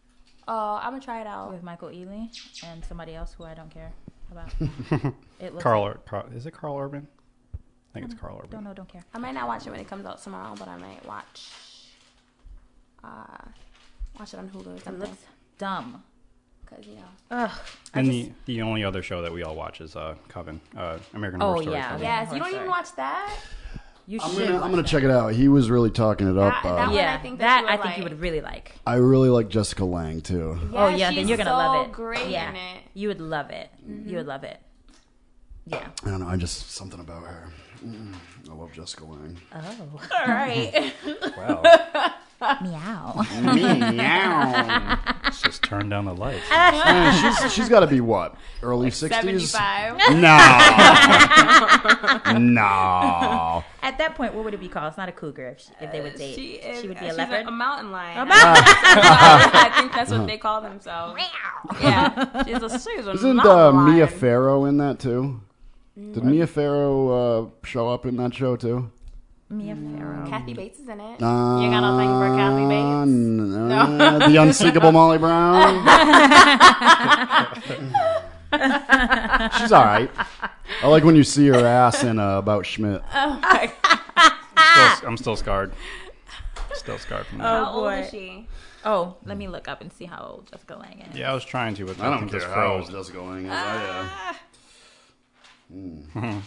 [SPEAKER 4] Uh, I'm gonna try it out.
[SPEAKER 3] with Michael Ealy and somebody else who I don't care about. It looks
[SPEAKER 2] Carl, Ur- Carl, is it Carl Urban? I think it's Carl Urban.
[SPEAKER 3] Mm. Don't know, don't care.
[SPEAKER 4] I might not watch it when it comes out tomorrow, but I might watch. Uh, watch it on Hulu or
[SPEAKER 3] It
[SPEAKER 4] something.
[SPEAKER 3] looks dumb.
[SPEAKER 4] Cause you know.
[SPEAKER 3] Ugh. I
[SPEAKER 2] And
[SPEAKER 3] just-
[SPEAKER 2] the, the only other show that we all watch is uh, Coven, uh, American
[SPEAKER 3] Oh,
[SPEAKER 2] Horror Story.
[SPEAKER 3] yeah.
[SPEAKER 2] Coven.
[SPEAKER 3] Yeah.
[SPEAKER 4] Yes, you don't even watch that.
[SPEAKER 3] you
[SPEAKER 1] I'm
[SPEAKER 3] should.
[SPEAKER 1] gonna, I'm
[SPEAKER 3] watch
[SPEAKER 1] gonna
[SPEAKER 3] that.
[SPEAKER 1] check it out. He was really talking it up.
[SPEAKER 4] That-
[SPEAKER 1] uh,
[SPEAKER 4] that one-
[SPEAKER 3] Yeah,
[SPEAKER 4] I think
[SPEAKER 3] that,
[SPEAKER 4] that you
[SPEAKER 3] I
[SPEAKER 4] would
[SPEAKER 3] think you
[SPEAKER 4] like.
[SPEAKER 3] would really like.
[SPEAKER 1] I really like Jessica Lang too.
[SPEAKER 3] oh yeah,
[SPEAKER 4] she's
[SPEAKER 3] then you're gonna
[SPEAKER 4] so
[SPEAKER 3] love it.
[SPEAKER 4] Great
[SPEAKER 3] yeah,
[SPEAKER 4] in it.
[SPEAKER 3] you would love it. You
[SPEAKER 4] Mm-hmm.
[SPEAKER 3] would love it. Yeah.
[SPEAKER 1] I don't know. I just something about her. Mm, I love Jessica Lang.
[SPEAKER 3] Oh,
[SPEAKER 4] All right.
[SPEAKER 2] Wow.
[SPEAKER 3] meow.
[SPEAKER 1] Meow.
[SPEAKER 2] Let's just turn down the lights.
[SPEAKER 1] Man, she's she's got to be what early sixties.
[SPEAKER 4] 75.
[SPEAKER 1] No, no.
[SPEAKER 3] At that point, what would it be called? It's not a cougar if, she, if they would date.
[SPEAKER 4] Uh, She is. uh,
[SPEAKER 3] would be
[SPEAKER 4] she's
[SPEAKER 3] a leopard.
[SPEAKER 4] A mountain lion.
[SPEAKER 3] A mountain-
[SPEAKER 4] I think that's what they call themselves. Yeah. She's a, she's a
[SPEAKER 1] Isn't
[SPEAKER 4] mountain
[SPEAKER 1] uh,
[SPEAKER 4] lion.
[SPEAKER 1] Mia Farrow in that too?
[SPEAKER 4] Mm.
[SPEAKER 1] Did Mia Farrow uh, show up in that show too?
[SPEAKER 3] Mia Farrow.
[SPEAKER 4] Kathy Bates is in it.
[SPEAKER 1] Uh,
[SPEAKER 4] You're gonna think for Kathy Bates.
[SPEAKER 1] n- uh, the unsinkable Molly Brown. She's all right. I like when you see her ass in uh, About Schmidt.
[SPEAKER 2] Still- I'm still scarred. Still scarred from that.
[SPEAKER 4] How old is
[SPEAKER 3] boy.
[SPEAKER 4] she?
[SPEAKER 3] Oh, let me look up and see how old Jessica Lang is.
[SPEAKER 2] Yeah, I was trying to, but I,
[SPEAKER 1] I don't
[SPEAKER 2] think
[SPEAKER 1] care
[SPEAKER 2] it's
[SPEAKER 1] how old
[SPEAKER 2] froze.
[SPEAKER 1] Jessica Lang is. I, uh,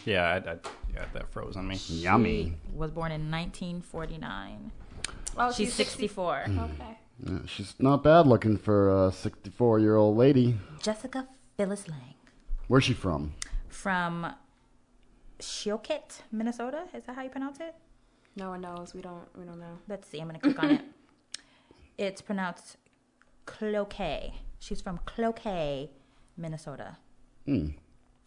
[SPEAKER 2] Yeah, I, I, yeah, that froze on me.
[SPEAKER 1] yummy.
[SPEAKER 3] Was born in 1949.
[SPEAKER 4] Oh,
[SPEAKER 3] She's 64.
[SPEAKER 4] Okay.
[SPEAKER 1] Yeah, she's not bad looking for a 64 year old lady.
[SPEAKER 3] Jessica Phyllis Lang
[SPEAKER 1] Where's she from?
[SPEAKER 3] from Shiokit, Minnesota. Is that how you pronounce it?
[SPEAKER 4] No one knows. We don't. We don't know.
[SPEAKER 3] Let's see. I'm gonna click on it. It's pronounced Cloquet. She's from Cloquet, Minnesota.
[SPEAKER 1] Hmm.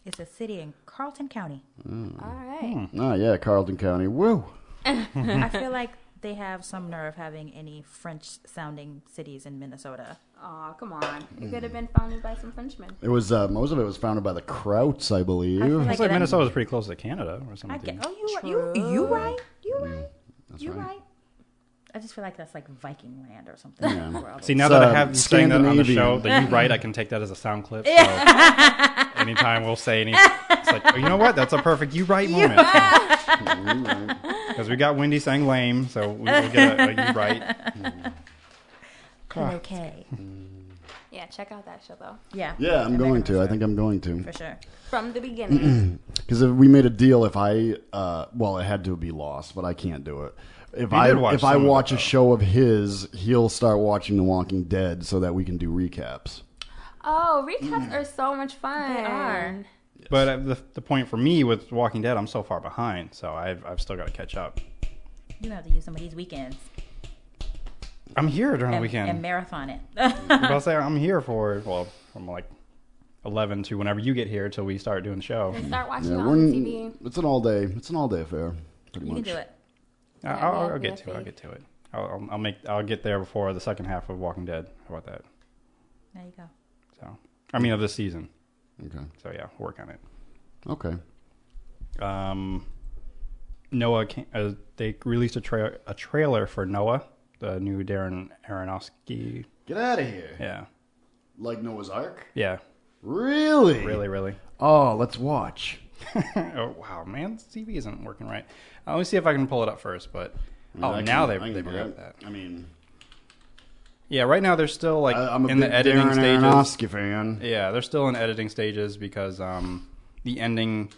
[SPEAKER 3] It's a city in Carlton County.
[SPEAKER 4] All right.
[SPEAKER 1] Oh, yeah, Carlton County. Woo. Hmm.
[SPEAKER 3] I feel like they have some nerve having any French-sounding cities in Minnesota.
[SPEAKER 4] Oh, come on. It could have been founded by some Frenchmen.
[SPEAKER 1] It was, uh, most of it was founded by the Krauts, I believe.
[SPEAKER 3] I feel
[SPEAKER 2] It's like
[SPEAKER 3] like, that-
[SPEAKER 2] Minnesota's pretty close to Canada or
[SPEAKER 3] I
[SPEAKER 2] something.
[SPEAKER 3] get, oh, you, you, you right? You right? you
[SPEAKER 1] Hmm. right.
[SPEAKER 3] right. I just feel like that's like Viking land or something. in the world.
[SPEAKER 2] See, now
[SPEAKER 1] It's,
[SPEAKER 2] that
[SPEAKER 1] uh,
[SPEAKER 2] I have you saying that on the show,
[SPEAKER 1] Scandinavian.
[SPEAKER 2] that you write, I can take that as a sound clip. So anytime we'll say anything, it's like, oh, you know what? That's a perfect you right moment. Because we got Wendy saying lame, so we will get a, a you right.
[SPEAKER 3] Cloquet.
[SPEAKER 4] Yeah, check out that show though.
[SPEAKER 3] Yeah.
[SPEAKER 1] Yeah, I'm going to. I think I'm going to.
[SPEAKER 3] For sure.
[SPEAKER 4] From the beginning.
[SPEAKER 1] Because if we made a deal, if I, uh, well, it had to be lost, but I can't do it. If I
[SPEAKER 2] did watch
[SPEAKER 1] if I
[SPEAKER 2] some of it,
[SPEAKER 1] watch a
[SPEAKER 2] though.
[SPEAKER 1] show of his, he'll start watching The Walking Dead so that we can do recaps.
[SPEAKER 4] oh, recaps are so much fun.
[SPEAKER 3] They are.
[SPEAKER 2] But uh, the, the point for me with Walking Dead, I'm so far behind, so I've, I've still got to catch up.
[SPEAKER 3] You have to use some of these weekends
[SPEAKER 2] I'm here during
[SPEAKER 1] Oh,
[SPEAKER 2] the
[SPEAKER 3] and,
[SPEAKER 2] weekend.
[SPEAKER 3] and marathon it.
[SPEAKER 2] I'll say I'm here for, well, from like 11 to whenever you get here till we start doing the show.
[SPEAKER 4] Start watching
[SPEAKER 1] Yeah,
[SPEAKER 4] it
[SPEAKER 1] we're
[SPEAKER 4] on
[SPEAKER 1] in-
[SPEAKER 4] TV.
[SPEAKER 1] It's an all day. It's an all day affair. Pretty
[SPEAKER 3] you
[SPEAKER 1] much.
[SPEAKER 3] can do it.
[SPEAKER 2] I- I'll,
[SPEAKER 4] we'll-
[SPEAKER 2] I'll get
[SPEAKER 4] we'll
[SPEAKER 2] to it. I'll
[SPEAKER 4] see.
[SPEAKER 2] get to it. I'll, I'll, I'll make. I'll get there before the second half of Walking Dead. How about that?
[SPEAKER 3] There you go.
[SPEAKER 2] So, I mean, of this season.
[SPEAKER 1] Okay.
[SPEAKER 2] So yeah, work on it.
[SPEAKER 1] Okay.
[SPEAKER 2] Um, Noah, came, uh, they released a tra- a trailer for Noah, the new Darren Aronofsky.
[SPEAKER 1] Get out of here.
[SPEAKER 2] Yeah,
[SPEAKER 1] Like Noah's Ark.
[SPEAKER 2] yeah,
[SPEAKER 1] Really?
[SPEAKER 2] really, really.
[SPEAKER 1] Oh, let's watch.
[SPEAKER 2] oh wow, man, CV isn't working right. Uh, let me see if I can pull it up first. But oh,
[SPEAKER 1] I
[SPEAKER 2] now
[SPEAKER 1] can- I
[SPEAKER 2] they
[SPEAKER 1] can
[SPEAKER 2] they
[SPEAKER 1] do
[SPEAKER 2] broke that.
[SPEAKER 1] I mean,
[SPEAKER 2] Yeah, right now they're still like
[SPEAKER 1] I, I'm a
[SPEAKER 2] in
[SPEAKER 1] big
[SPEAKER 2] the editing
[SPEAKER 1] Darren
[SPEAKER 2] stages.
[SPEAKER 1] Aronofsky fan.
[SPEAKER 2] Yeah, they're still in editing stages because um, the ending.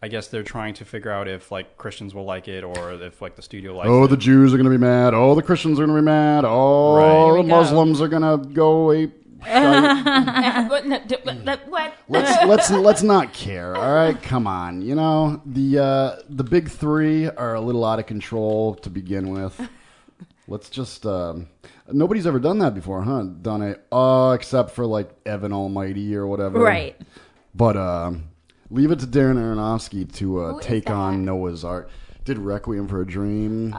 [SPEAKER 2] I guess they're trying to figure out if like Christians will like it or if like the studio likes
[SPEAKER 1] Oh,
[SPEAKER 2] it.
[SPEAKER 1] the Jews are gonna be mad. Oh, the Christians are gonna be mad. Oh,
[SPEAKER 2] Right.
[SPEAKER 1] the
[SPEAKER 2] Here we
[SPEAKER 3] go.
[SPEAKER 1] Muslims are gonna go ape. shite.
[SPEAKER 4] what? no, d- what- like, what?
[SPEAKER 1] Mm.
[SPEAKER 3] Uh,
[SPEAKER 1] let's let's let's not care. All right, come on. You know the uh, the big three are a little out of control to begin with. Let's just. Um, nobody's ever done that before, huh? Done it, uh, except for like Evan Almighty or whatever.
[SPEAKER 6] Right.
[SPEAKER 1] But um, leave it to Darren Aronofsky to uh,
[SPEAKER 4] is
[SPEAKER 1] take on
[SPEAKER 4] that? Oh.
[SPEAKER 1] Noah's Ark. Did Requiem for a Dream,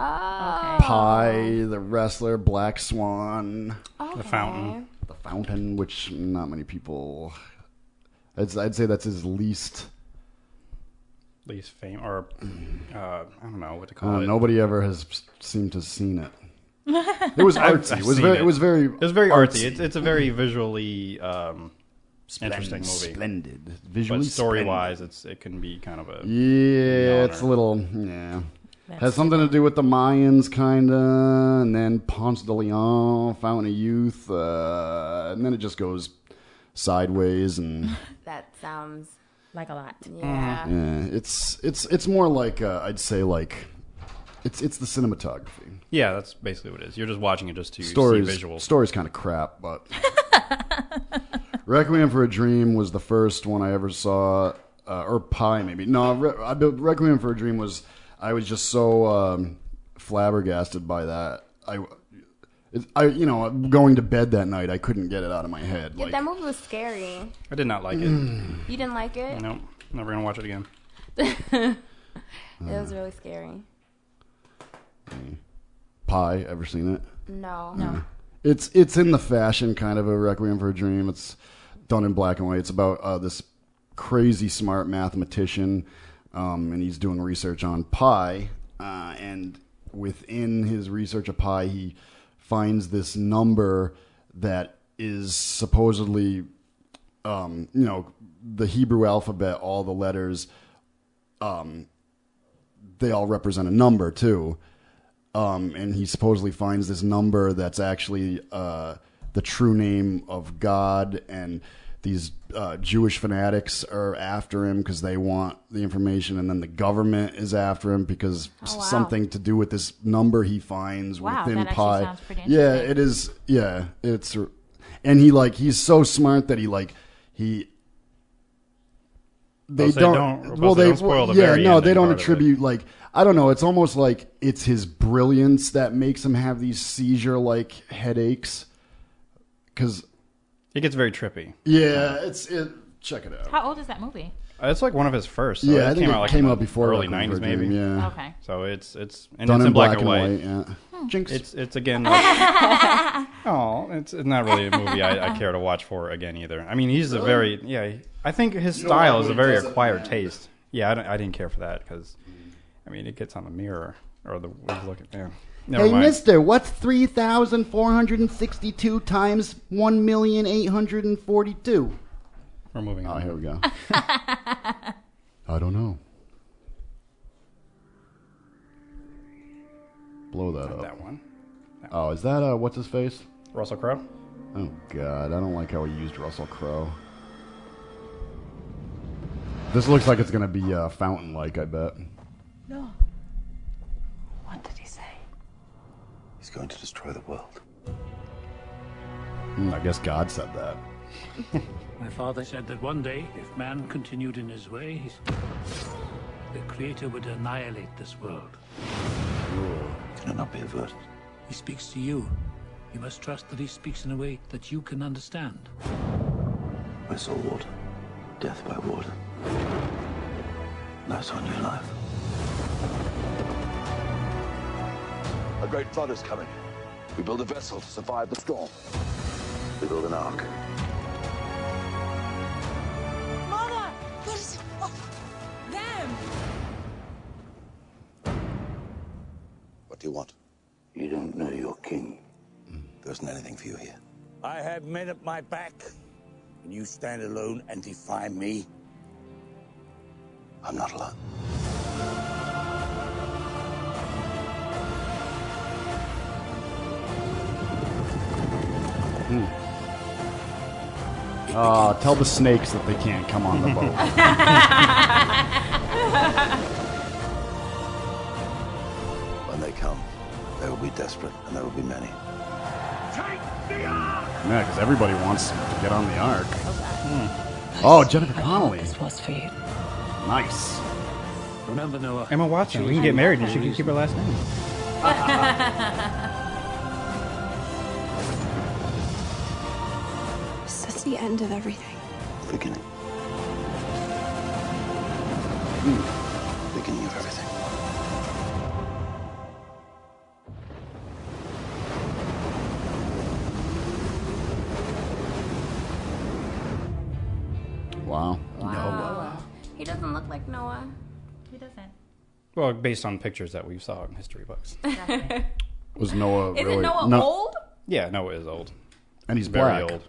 [SPEAKER 1] Pie, The Wrestler, Black Swan,
[SPEAKER 2] The fountain.
[SPEAKER 1] The Fountain, which not many people. I'd, I'd say that's his least. Uh,
[SPEAKER 2] least fame or uh, I don't know what to
[SPEAKER 1] Uh,
[SPEAKER 2] call it.
[SPEAKER 1] nobody ever has seemed to have seen it. It was artsy.
[SPEAKER 2] I've
[SPEAKER 1] it was
[SPEAKER 2] seen
[SPEAKER 1] very. It.
[SPEAKER 2] it.
[SPEAKER 1] was very.
[SPEAKER 2] It was very artsy. It's, it's a very visually um, interesting movie,
[SPEAKER 1] Splendid.
[SPEAKER 2] but
[SPEAKER 1] Visually.
[SPEAKER 2] story
[SPEAKER 1] splendid.
[SPEAKER 2] wise, it's it can be kind of a
[SPEAKER 1] Yeah, it's a little. Yeah. Has something to do with the Mayans, kind of, and then Ponce de Leon, Fountain of Youth, uh, and then it just goes sideways, and
[SPEAKER 4] That sounds
[SPEAKER 6] Like a lot.
[SPEAKER 4] yeah.
[SPEAKER 1] yeah, it's it's it's more like uh, I'd say like it's it's the cinematography.
[SPEAKER 2] yeah. That's basically what it is. You're just watching it just to
[SPEAKER 1] story's,
[SPEAKER 2] see visuals.
[SPEAKER 1] Story's kind of crap, but Requiem for a Dream was the first one I ever saw, uh, or Pie maybe. No, Re- I, built- Requiem for a Dream was. I was just so um, flabbergasted by that. I, it, I, you know, going to bed that night, I couldn't get it out of my head. Like,
[SPEAKER 4] That movie was scary.
[SPEAKER 2] I did not like
[SPEAKER 1] Mm.
[SPEAKER 2] it.
[SPEAKER 4] You didn't like it?
[SPEAKER 2] nope, never gonna watch it again.
[SPEAKER 4] It was really scary.
[SPEAKER 1] Pie, ever seen it?
[SPEAKER 4] No. No.
[SPEAKER 1] It's it's in the fashion kind of a Requiem for a Dream. It's done in black and white. It's about uh, this crazy smart mathematician, um, and he's doing research on pi. Uh, and within his research of pi, he finds this number that is supposedly, um, you know, the Hebrew alphabet, all the letters, um, they all represent a number too um, and he supposedly finds this number that's actually uh, the true name of God, and these uh, Jewish fanatics are after him because they want the information, and then the government is after him because s-
[SPEAKER 4] wow.
[SPEAKER 1] something to do with this number he finds
[SPEAKER 3] Wow,
[SPEAKER 1] within
[SPEAKER 3] that actually
[SPEAKER 1] Pi.
[SPEAKER 3] sounds pretty
[SPEAKER 1] yeah,
[SPEAKER 3] interesting.
[SPEAKER 1] it is. Yeah, it's, and he like he's so smart that he like he. They
[SPEAKER 2] Plus Oh, they
[SPEAKER 1] don't, well
[SPEAKER 2] don't- plus they
[SPEAKER 1] they,
[SPEAKER 2] don't spoil the
[SPEAKER 1] yeah
[SPEAKER 2] very
[SPEAKER 1] no they
[SPEAKER 2] ending
[SPEAKER 1] don't
[SPEAKER 2] part of it.
[SPEAKER 1] attribute you, like I don't know. It's almost like it's his brilliance that makes him have these seizure like headaches. Because
[SPEAKER 2] It gets very trippy.
[SPEAKER 1] yeah, it's it. Check it out.
[SPEAKER 3] How old is that movie?
[SPEAKER 2] Uh, It's like one of his first. So
[SPEAKER 1] yeah, I think it
[SPEAKER 2] like,
[SPEAKER 1] came
[SPEAKER 2] in the
[SPEAKER 1] out before
[SPEAKER 2] early
[SPEAKER 1] Requiem for
[SPEAKER 2] '90s,
[SPEAKER 1] a Dream,
[SPEAKER 2] maybe.
[SPEAKER 1] Yeah,
[SPEAKER 3] Okay. Hmm.
[SPEAKER 2] So it's it's and
[SPEAKER 1] done
[SPEAKER 2] it's
[SPEAKER 1] in,
[SPEAKER 2] in
[SPEAKER 1] black,
[SPEAKER 2] black, and white.
[SPEAKER 1] and white. Yeah. Jinx.
[SPEAKER 2] It's it's again. Like, oh, it's it's not really a movie I, I care to watch for again either. I mean, he's a very yeah. he- I think his style is a very acquired taste. Yeah, I, don't, I didn't care for that because, I mean, it gets on the mirror or the he's looking. Yeah, never
[SPEAKER 1] hey,
[SPEAKER 2] mind.
[SPEAKER 1] Mister, what's three thousand four hundred and sixty-two times one million eight hundred and forty-two?
[SPEAKER 2] We're moving
[SPEAKER 1] Oh,
[SPEAKER 2] on.
[SPEAKER 1] here we go. I don't know. Blow that up.
[SPEAKER 2] That one,
[SPEAKER 1] Oh, is that uh, what's his face?
[SPEAKER 2] Russell Crowe.
[SPEAKER 1] Oh God, I don't like how he used Russell Crowe. This looks like it's gonna be uh, fountain-like. I bet.
[SPEAKER 3] What did he say?
[SPEAKER 7] He's going to destroy the world.
[SPEAKER 1] Hmm, I guess God said that.
[SPEAKER 8] My father said that one day, if man continued in his ways, the Creator would annihilate this world.
[SPEAKER 7] Can it not be averted?
[SPEAKER 8] He speaks to you. You must trust that he speaks in a way that you can understand.
[SPEAKER 7] I saw water. Death by water. Now I saw new life. A great flood is coming. We build a vessel to survive the storm. We build an ark.
[SPEAKER 9] Mama, what is it? Oh, them.
[SPEAKER 7] What do you want? You don't know your king. There isn't anything for you here.
[SPEAKER 10] I have men at my back, and you stand alone and defy me.
[SPEAKER 7] I'm not alone.
[SPEAKER 1] Uh, tell the snakes that they can't come on the boat.
[SPEAKER 7] When they come, they will be desperate, and there will be many.
[SPEAKER 1] yeah, because everybody wants to get on the ark. Oh, Jennifer Connelly.
[SPEAKER 9] was for you.
[SPEAKER 1] Nice.
[SPEAKER 8] Remember, Noah.
[SPEAKER 2] Emma Watson. We can get married and she can keep her last name.
[SPEAKER 6] the end of everything?
[SPEAKER 7] The beginning. Beginning of everything.
[SPEAKER 1] Wow.
[SPEAKER 4] He doesn't look like Noah.
[SPEAKER 3] He doesn't.
[SPEAKER 2] Well, based on pictures that we saw in history books.
[SPEAKER 1] Was Noah
[SPEAKER 4] Isn't
[SPEAKER 1] really?
[SPEAKER 4] Noah
[SPEAKER 1] no-
[SPEAKER 4] old?
[SPEAKER 2] Yeah, Noah is old.
[SPEAKER 1] And he's
[SPEAKER 2] very
[SPEAKER 1] black.
[SPEAKER 2] old.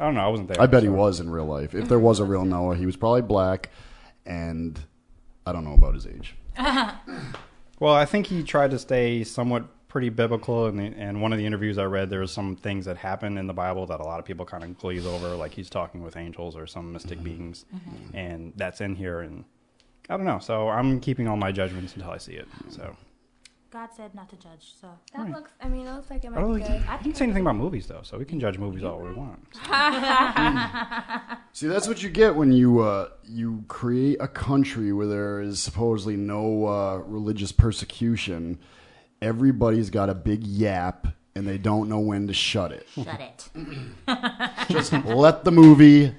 [SPEAKER 2] I don't know. I wasn't there.
[SPEAKER 1] I bet he
[SPEAKER 2] so-
[SPEAKER 1] was in real life. If there was a real Noah, he was probably black, and I don't know about his age.
[SPEAKER 2] Well, I think he tried to stay somewhat pretty biblical. And in, the- in one of the interviews I read, there was some things that happen in the Bible that a lot of people kind of glaze over, like he's talking with angels or some mystic
[SPEAKER 1] Mm-hmm.
[SPEAKER 2] beings, and that's in here. And I don't know. So I'm keeping all my judgments until I see it. So
[SPEAKER 3] God said not to judge, so
[SPEAKER 4] That looks. I mean, it looks like it
[SPEAKER 2] I
[SPEAKER 4] might
[SPEAKER 2] don't
[SPEAKER 4] be
[SPEAKER 2] think
[SPEAKER 4] good.
[SPEAKER 2] I didn't say anything about movies though, so we can judge movies all we want.
[SPEAKER 1] See, that's what you get when you uh, you create a country where there is supposedly no uh, religious persecution. Everybody's got a big yap, and they don't know when to shut it.
[SPEAKER 3] shut it.
[SPEAKER 1] Just let the movie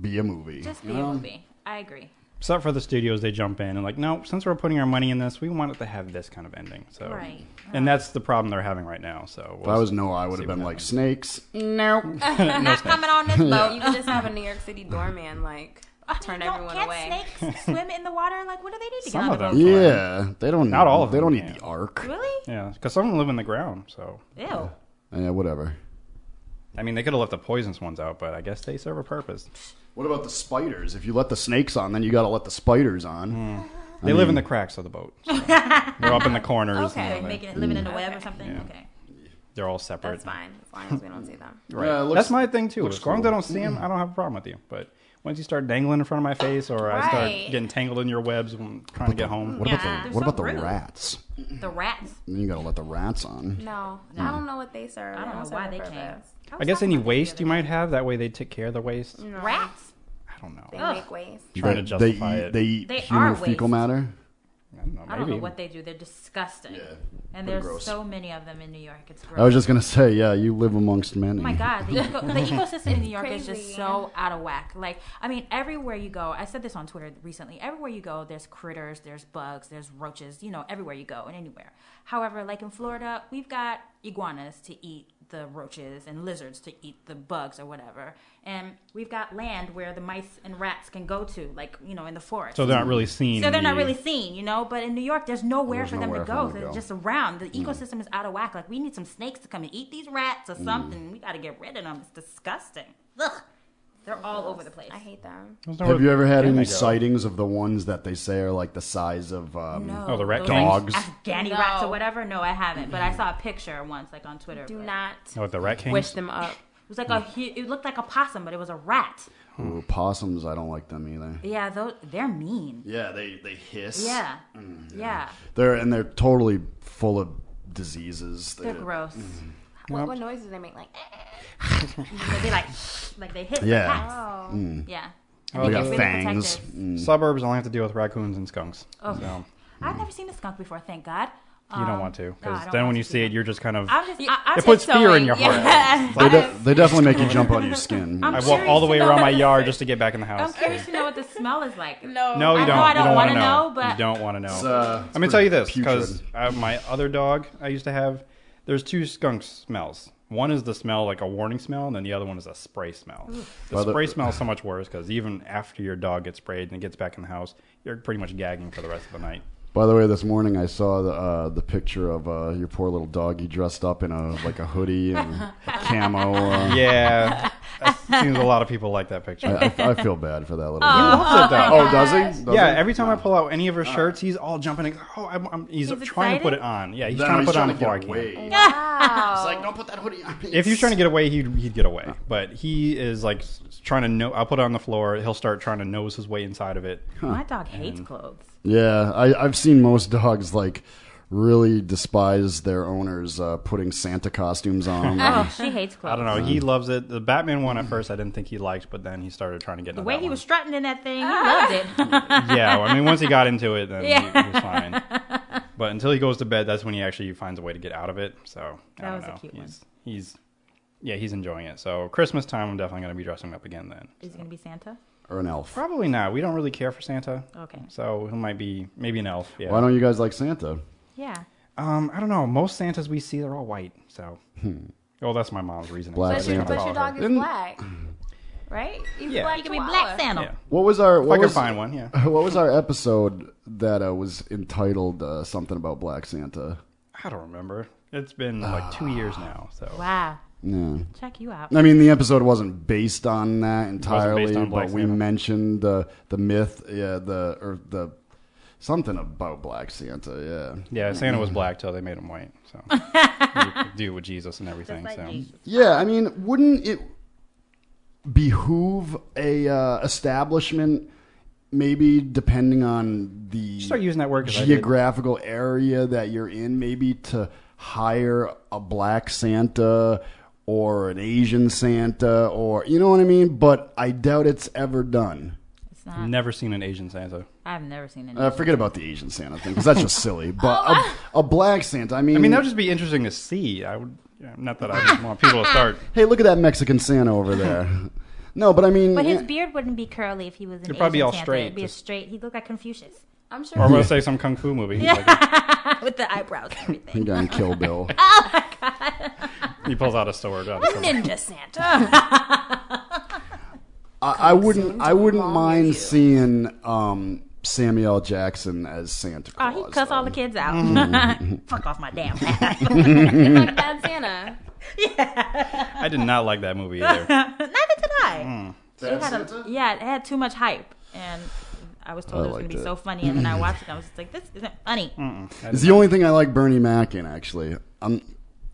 [SPEAKER 1] be a movie.
[SPEAKER 3] Just be
[SPEAKER 1] you know?
[SPEAKER 3] a movie. I agree.
[SPEAKER 2] Except for the studios, they jump in and like, no, since we're putting our money in this, we want it to have this kind of ending. So,
[SPEAKER 3] Right.
[SPEAKER 2] and that's the problem they're having right now. So,
[SPEAKER 1] If I was Noah, I would have been like snakes.
[SPEAKER 4] Nope.
[SPEAKER 2] No
[SPEAKER 4] Not
[SPEAKER 2] snakes.
[SPEAKER 4] coming on this boat. You could just have a New York City doorman like turn
[SPEAKER 3] Don't-
[SPEAKER 4] everyone
[SPEAKER 3] can't
[SPEAKER 4] away.
[SPEAKER 3] snakes swim in the water? Like, what do they need to
[SPEAKER 2] Some
[SPEAKER 3] get
[SPEAKER 2] of
[SPEAKER 3] out
[SPEAKER 2] them.
[SPEAKER 1] Yeah, they don't.
[SPEAKER 2] Not
[SPEAKER 1] need,
[SPEAKER 2] all of
[SPEAKER 1] They
[SPEAKER 2] them,
[SPEAKER 1] don't need
[SPEAKER 2] yeah.
[SPEAKER 1] the ark.
[SPEAKER 3] Really?
[SPEAKER 2] Yeah, because some of them live in the ground. So,
[SPEAKER 3] Ew.
[SPEAKER 1] Yeah, whatever.
[SPEAKER 2] I mean, they could have left the poisonous ones out, but I guess they serve a purpose.
[SPEAKER 1] What about the spiders? If you let the snakes on, then you got to let the spiders on. Uh,
[SPEAKER 2] They live in the cracks of the boat. so. they're up in the corners. and
[SPEAKER 3] Okay,
[SPEAKER 2] they-
[SPEAKER 3] making it living
[SPEAKER 1] Mm.
[SPEAKER 3] in a web or something. Okay.
[SPEAKER 2] they're all separate.
[SPEAKER 4] That's fine as long as we don't see them.
[SPEAKER 2] Right.
[SPEAKER 1] Yeah, it looks-
[SPEAKER 2] That's my thing too.
[SPEAKER 1] looks
[SPEAKER 2] As long as I
[SPEAKER 1] cool.
[SPEAKER 2] don't see them, I don't have a problem with you. But once you start dangling in front of my face, or I start
[SPEAKER 4] Right.
[SPEAKER 2] getting tangled in your webs when I'm trying to get home,
[SPEAKER 1] What about
[SPEAKER 4] Yeah.
[SPEAKER 1] the
[SPEAKER 4] They're
[SPEAKER 1] What
[SPEAKER 3] so
[SPEAKER 1] about the
[SPEAKER 3] rude.
[SPEAKER 1] rats?
[SPEAKER 3] The rats.
[SPEAKER 1] Then you got to let the rats on.
[SPEAKER 4] No, I don't know what they serve.
[SPEAKER 3] I don't know
[SPEAKER 4] serve
[SPEAKER 3] why
[SPEAKER 4] a
[SPEAKER 3] they
[SPEAKER 4] purpose.
[SPEAKER 3] came.
[SPEAKER 2] I guess any waste you might have, that way they take care of the waste.
[SPEAKER 3] Rats.
[SPEAKER 2] I don't know.
[SPEAKER 4] Mm. They
[SPEAKER 3] Ugh.
[SPEAKER 4] make ways.
[SPEAKER 2] Trying to
[SPEAKER 1] They-
[SPEAKER 2] justify
[SPEAKER 1] they,
[SPEAKER 2] it.
[SPEAKER 1] Eat, they eat
[SPEAKER 3] They
[SPEAKER 1] human
[SPEAKER 3] are
[SPEAKER 1] fecal
[SPEAKER 3] waste.
[SPEAKER 1] matter.
[SPEAKER 2] I don't know.
[SPEAKER 3] I
[SPEAKER 2] Maybe.
[SPEAKER 3] don't know what they do. They're disgusting. And
[SPEAKER 1] pretty
[SPEAKER 3] there's
[SPEAKER 1] gross.
[SPEAKER 3] so many of them in New York. It's gross.
[SPEAKER 1] I was just gonna say, yeah, you live amongst many.
[SPEAKER 3] Oh my God, the, eco- the ecosystem in New York is just
[SPEAKER 4] crazy.
[SPEAKER 3] so out of whack. Like, I mean, everywhere you go, I said this on Twitter recently. Everywhere you go, there's critters, there's bugs, there's roaches. You know, everywhere you go and anywhere. However, like in Florida, we've got iguanas to eat the roaches and lizards to eat the bugs or whatever, and we've got land where the mice and rats can go to, like you know, in the forest.
[SPEAKER 2] So they're not really seen.
[SPEAKER 3] So they're
[SPEAKER 2] in
[SPEAKER 3] not
[SPEAKER 2] the-
[SPEAKER 3] really seen, you know. But in New York, there's nowhere
[SPEAKER 1] There's
[SPEAKER 3] for them
[SPEAKER 1] nowhere
[SPEAKER 3] to
[SPEAKER 1] for
[SPEAKER 3] go.
[SPEAKER 1] them to
[SPEAKER 3] so
[SPEAKER 1] go. Mm.
[SPEAKER 3] They're just around. The ecosystem is out of whack. Like we need some snakes to come and eat these rats or something. We got to get rid of them. It's disgusting. Ugh, they're all over the place.
[SPEAKER 4] I hate them.
[SPEAKER 2] There's nowhere
[SPEAKER 1] Have you ever had
[SPEAKER 2] can
[SPEAKER 1] any
[SPEAKER 2] they go.
[SPEAKER 1] sightings of the ones that they say are like the size of? Um,
[SPEAKER 2] Oh, the rat
[SPEAKER 3] those
[SPEAKER 2] kings?
[SPEAKER 1] Dogs. Mm.
[SPEAKER 3] Afghani rats or
[SPEAKER 4] No.
[SPEAKER 3] whatever. No, I haven't. But I saw a picture once, like on Twitter.
[SPEAKER 4] Do
[SPEAKER 3] but-
[SPEAKER 4] not
[SPEAKER 2] Oh, the rat kings.
[SPEAKER 4] wish them up.
[SPEAKER 3] It was like a. hu- It looked like a possum, but it was a rat.
[SPEAKER 1] Ooh, possums. I don't like them either.
[SPEAKER 3] Yeah, those, they're mean.
[SPEAKER 1] Yeah, they they hiss.
[SPEAKER 3] Yeah.
[SPEAKER 1] Mm,
[SPEAKER 3] yeah.
[SPEAKER 1] They're and they're totally full of diseases.
[SPEAKER 3] They're gross.
[SPEAKER 1] Mm.
[SPEAKER 4] What, what noises do they make? Like, eh?
[SPEAKER 3] They like like they hit
[SPEAKER 1] Yeah.
[SPEAKER 3] the cats.
[SPEAKER 4] oh,
[SPEAKER 3] Yeah.
[SPEAKER 2] Oh,
[SPEAKER 1] They
[SPEAKER 2] the
[SPEAKER 1] got
[SPEAKER 3] really
[SPEAKER 1] fangs.
[SPEAKER 3] protective.
[SPEAKER 1] Mm.
[SPEAKER 2] Suburbs only have to deal with raccoons and skunks.
[SPEAKER 3] Oh.
[SPEAKER 2] So
[SPEAKER 3] I've never seen a skunk before, thank God.
[SPEAKER 2] you don't
[SPEAKER 3] Um,
[SPEAKER 2] want to,
[SPEAKER 3] no,
[SPEAKER 2] because
[SPEAKER 3] I don't
[SPEAKER 2] then
[SPEAKER 3] want
[SPEAKER 2] when
[SPEAKER 3] to
[SPEAKER 2] you
[SPEAKER 3] see
[SPEAKER 2] see it,
[SPEAKER 3] them.
[SPEAKER 2] you're just kind of.
[SPEAKER 3] I'm just, I, I'm
[SPEAKER 2] It puts fear
[SPEAKER 4] tiptoeing,
[SPEAKER 2] in your heart.
[SPEAKER 4] yeah.
[SPEAKER 2] It's
[SPEAKER 1] They,
[SPEAKER 2] like,
[SPEAKER 1] de- they definitely make you jump out of your skin.
[SPEAKER 2] I walk all the way around my yard just to get back in the
[SPEAKER 3] I'm
[SPEAKER 2] house.
[SPEAKER 3] curious to know what the smell is like.
[SPEAKER 4] no.
[SPEAKER 2] No, you
[SPEAKER 3] I know
[SPEAKER 2] don't.
[SPEAKER 3] I
[SPEAKER 2] you
[SPEAKER 3] don't
[SPEAKER 2] don't want to
[SPEAKER 3] wanna
[SPEAKER 2] know.
[SPEAKER 3] know, but-
[SPEAKER 2] you don't want to know.
[SPEAKER 1] uh, it's
[SPEAKER 2] I'm gonna tell you
[SPEAKER 1] pretty
[SPEAKER 2] this because
[SPEAKER 1] putrid.
[SPEAKER 2] my other dog I used to have. There's two skunk smells. One is the smell like a warning smell, and then the other one is a spray smell. The
[SPEAKER 1] Well, the-
[SPEAKER 2] spray smell is so much worse because even after your dog gets sprayed and it gets back in the house, you're pretty much gagging for the rest of the night.
[SPEAKER 1] By the way, this morning I saw the uh, the picture of uh, your poor little doggy dressed up in a like a hoodie and a camo. Uh,
[SPEAKER 2] Yeah, that seems a lot of people like that picture.
[SPEAKER 1] I, I feel bad for that little.
[SPEAKER 2] He loves it though.
[SPEAKER 1] Oh, does he? Does
[SPEAKER 2] yeah,
[SPEAKER 1] he?
[SPEAKER 2] every time I pull out any of her shirts, he's all jumping. Like, oh, I'm, I'm, he's,
[SPEAKER 3] He's
[SPEAKER 2] trying to put
[SPEAKER 3] excited?
[SPEAKER 2] it on. Yeah, he's
[SPEAKER 1] No,
[SPEAKER 2] trying to
[SPEAKER 1] he's
[SPEAKER 2] put it on
[SPEAKER 1] trying to
[SPEAKER 2] before I
[SPEAKER 1] get
[SPEAKER 2] can.
[SPEAKER 1] away.
[SPEAKER 4] Wow.
[SPEAKER 1] It's like, don't put that hoodie on.
[SPEAKER 2] If he's trying to get away, he'd, he'd get away. But he is like s- trying to know. I'll put it on the floor. He'll start trying to nose his way inside of it.
[SPEAKER 3] My dog
[SPEAKER 2] Mm.
[SPEAKER 3] hates clothes.
[SPEAKER 1] Yeah, I, I've seen most dogs like really despise their owners uh, putting Santa costumes on. them.
[SPEAKER 3] Oh, she hates clothes.
[SPEAKER 2] I don't know. He loves it. The Batman one at first, I didn't think he liked, but then he started trying to get
[SPEAKER 3] The
[SPEAKER 2] into
[SPEAKER 3] way
[SPEAKER 2] that
[SPEAKER 3] he
[SPEAKER 2] one.
[SPEAKER 3] was strutting in that thing, he loved it.
[SPEAKER 2] yeah, well, I mean, once he got into it, then he, he was fine. But until he goes to bed, that's when he actually finds a way to get out of it. So I
[SPEAKER 3] That
[SPEAKER 2] don't
[SPEAKER 3] was a
[SPEAKER 2] know.
[SPEAKER 3] cute one.
[SPEAKER 2] he's, he's yeah, he's enjoying it. So Christmas time, I'm definitely going to be dressing up again then.
[SPEAKER 3] Is it going to be Santa?
[SPEAKER 1] Or an elf?
[SPEAKER 2] Probably not. We don't really care for Santa.
[SPEAKER 3] Okay.
[SPEAKER 2] So he might be maybe an elf. Yeah.
[SPEAKER 1] Why don't you guys like Santa?
[SPEAKER 3] Yeah.
[SPEAKER 2] Um, I don't know. Most Santas we see, they're all white. So.
[SPEAKER 1] Hmm.
[SPEAKER 2] Oh, that's my mom's reasoning.
[SPEAKER 1] Black
[SPEAKER 4] But, your,
[SPEAKER 1] Santa.
[SPEAKER 4] but your dog is black, right? He's
[SPEAKER 2] Yeah.
[SPEAKER 4] black.
[SPEAKER 2] He
[SPEAKER 3] It could be Black Santa.
[SPEAKER 2] Yeah.
[SPEAKER 1] What was our?
[SPEAKER 2] If I
[SPEAKER 1] What
[SPEAKER 2] could
[SPEAKER 1] was,
[SPEAKER 2] find one, yeah.
[SPEAKER 1] what was our episode that uh, was entitled uh, something about Black Santa?
[SPEAKER 2] I don't remember. It's been like
[SPEAKER 1] Ah.
[SPEAKER 2] two years now. So.
[SPEAKER 3] Wow.
[SPEAKER 1] Yeah.
[SPEAKER 3] Check you out.
[SPEAKER 1] I mean, the episode wasn't based on that entirely,
[SPEAKER 2] based on
[SPEAKER 1] but
[SPEAKER 2] Black
[SPEAKER 1] we
[SPEAKER 2] Santa.
[SPEAKER 1] mentioned the the myth, yeah, the or the something about Black Santa, yeah,
[SPEAKER 2] Yeah, Santa
[SPEAKER 1] Hmm.
[SPEAKER 2] was black till they made him white. So You could do it with Jesus and everything.
[SPEAKER 3] like
[SPEAKER 2] so
[SPEAKER 3] Jesus.
[SPEAKER 1] yeah. I mean, wouldn't it behoove a uh, establishment, maybe depending on the
[SPEAKER 2] start using that word 'cause I did.
[SPEAKER 1] geographical area that you're in, maybe to hire a Black Santa. Or an Asian Santa, or you know what I mean, but I doubt it's ever done.
[SPEAKER 3] It's not.
[SPEAKER 2] never seen an Asian Santa.
[SPEAKER 3] I've never seen it.
[SPEAKER 1] Uh, forget about the Asian Santa thing because that's just silly. But a, a black Santa, I mean,
[SPEAKER 2] I mean, that would just be interesting to see. I would. yeah, Not that I just want people to start.
[SPEAKER 1] hey, look at that Mexican Santa over there. no, but I mean,
[SPEAKER 3] but his
[SPEAKER 1] yeah,
[SPEAKER 3] beard wouldn't be curly if he was an
[SPEAKER 2] It'd probably be
[SPEAKER 3] Asian
[SPEAKER 2] all
[SPEAKER 3] Santa.
[SPEAKER 2] straight,
[SPEAKER 3] It'd be a
[SPEAKER 2] just-
[SPEAKER 3] straight. He'd look like Confucius
[SPEAKER 4] I'm
[SPEAKER 2] Or I'm
[SPEAKER 4] sure.
[SPEAKER 2] gonna say some kung fu movie. Like,
[SPEAKER 3] with the eyebrows and everything.
[SPEAKER 1] the guy in Kill Bill.
[SPEAKER 2] he pulls out a sword. Out of somewhere.
[SPEAKER 4] Ninja Santa.
[SPEAKER 1] I, I wouldn't, I wouldn't mind seeing um, Samuel L. Jackson as Santa
[SPEAKER 3] Oh,
[SPEAKER 1] Claus.
[SPEAKER 3] he'd cuss all the kids out.
[SPEAKER 1] Mm.
[SPEAKER 3] Fuck off my damn hat.
[SPEAKER 4] like Bad Santa.
[SPEAKER 2] I did not like that movie either.
[SPEAKER 3] Neither did I.
[SPEAKER 1] though. Bad
[SPEAKER 3] It had a-
[SPEAKER 1] Santa?
[SPEAKER 3] yeah, it had too much hype, and I was
[SPEAKER 1] I
[SPEAKER 3] told it was
[SPEAKER 1] liked
[SPEAKER 3] going to be
[SPEAKER 1] it. Hmm.
[SPEAKER 3] so funny, and then I watched it, and I was just like, this isn't funny.
[SPEAKER 1] It's the only thing I like Bernie Mac in. Actually, I'm,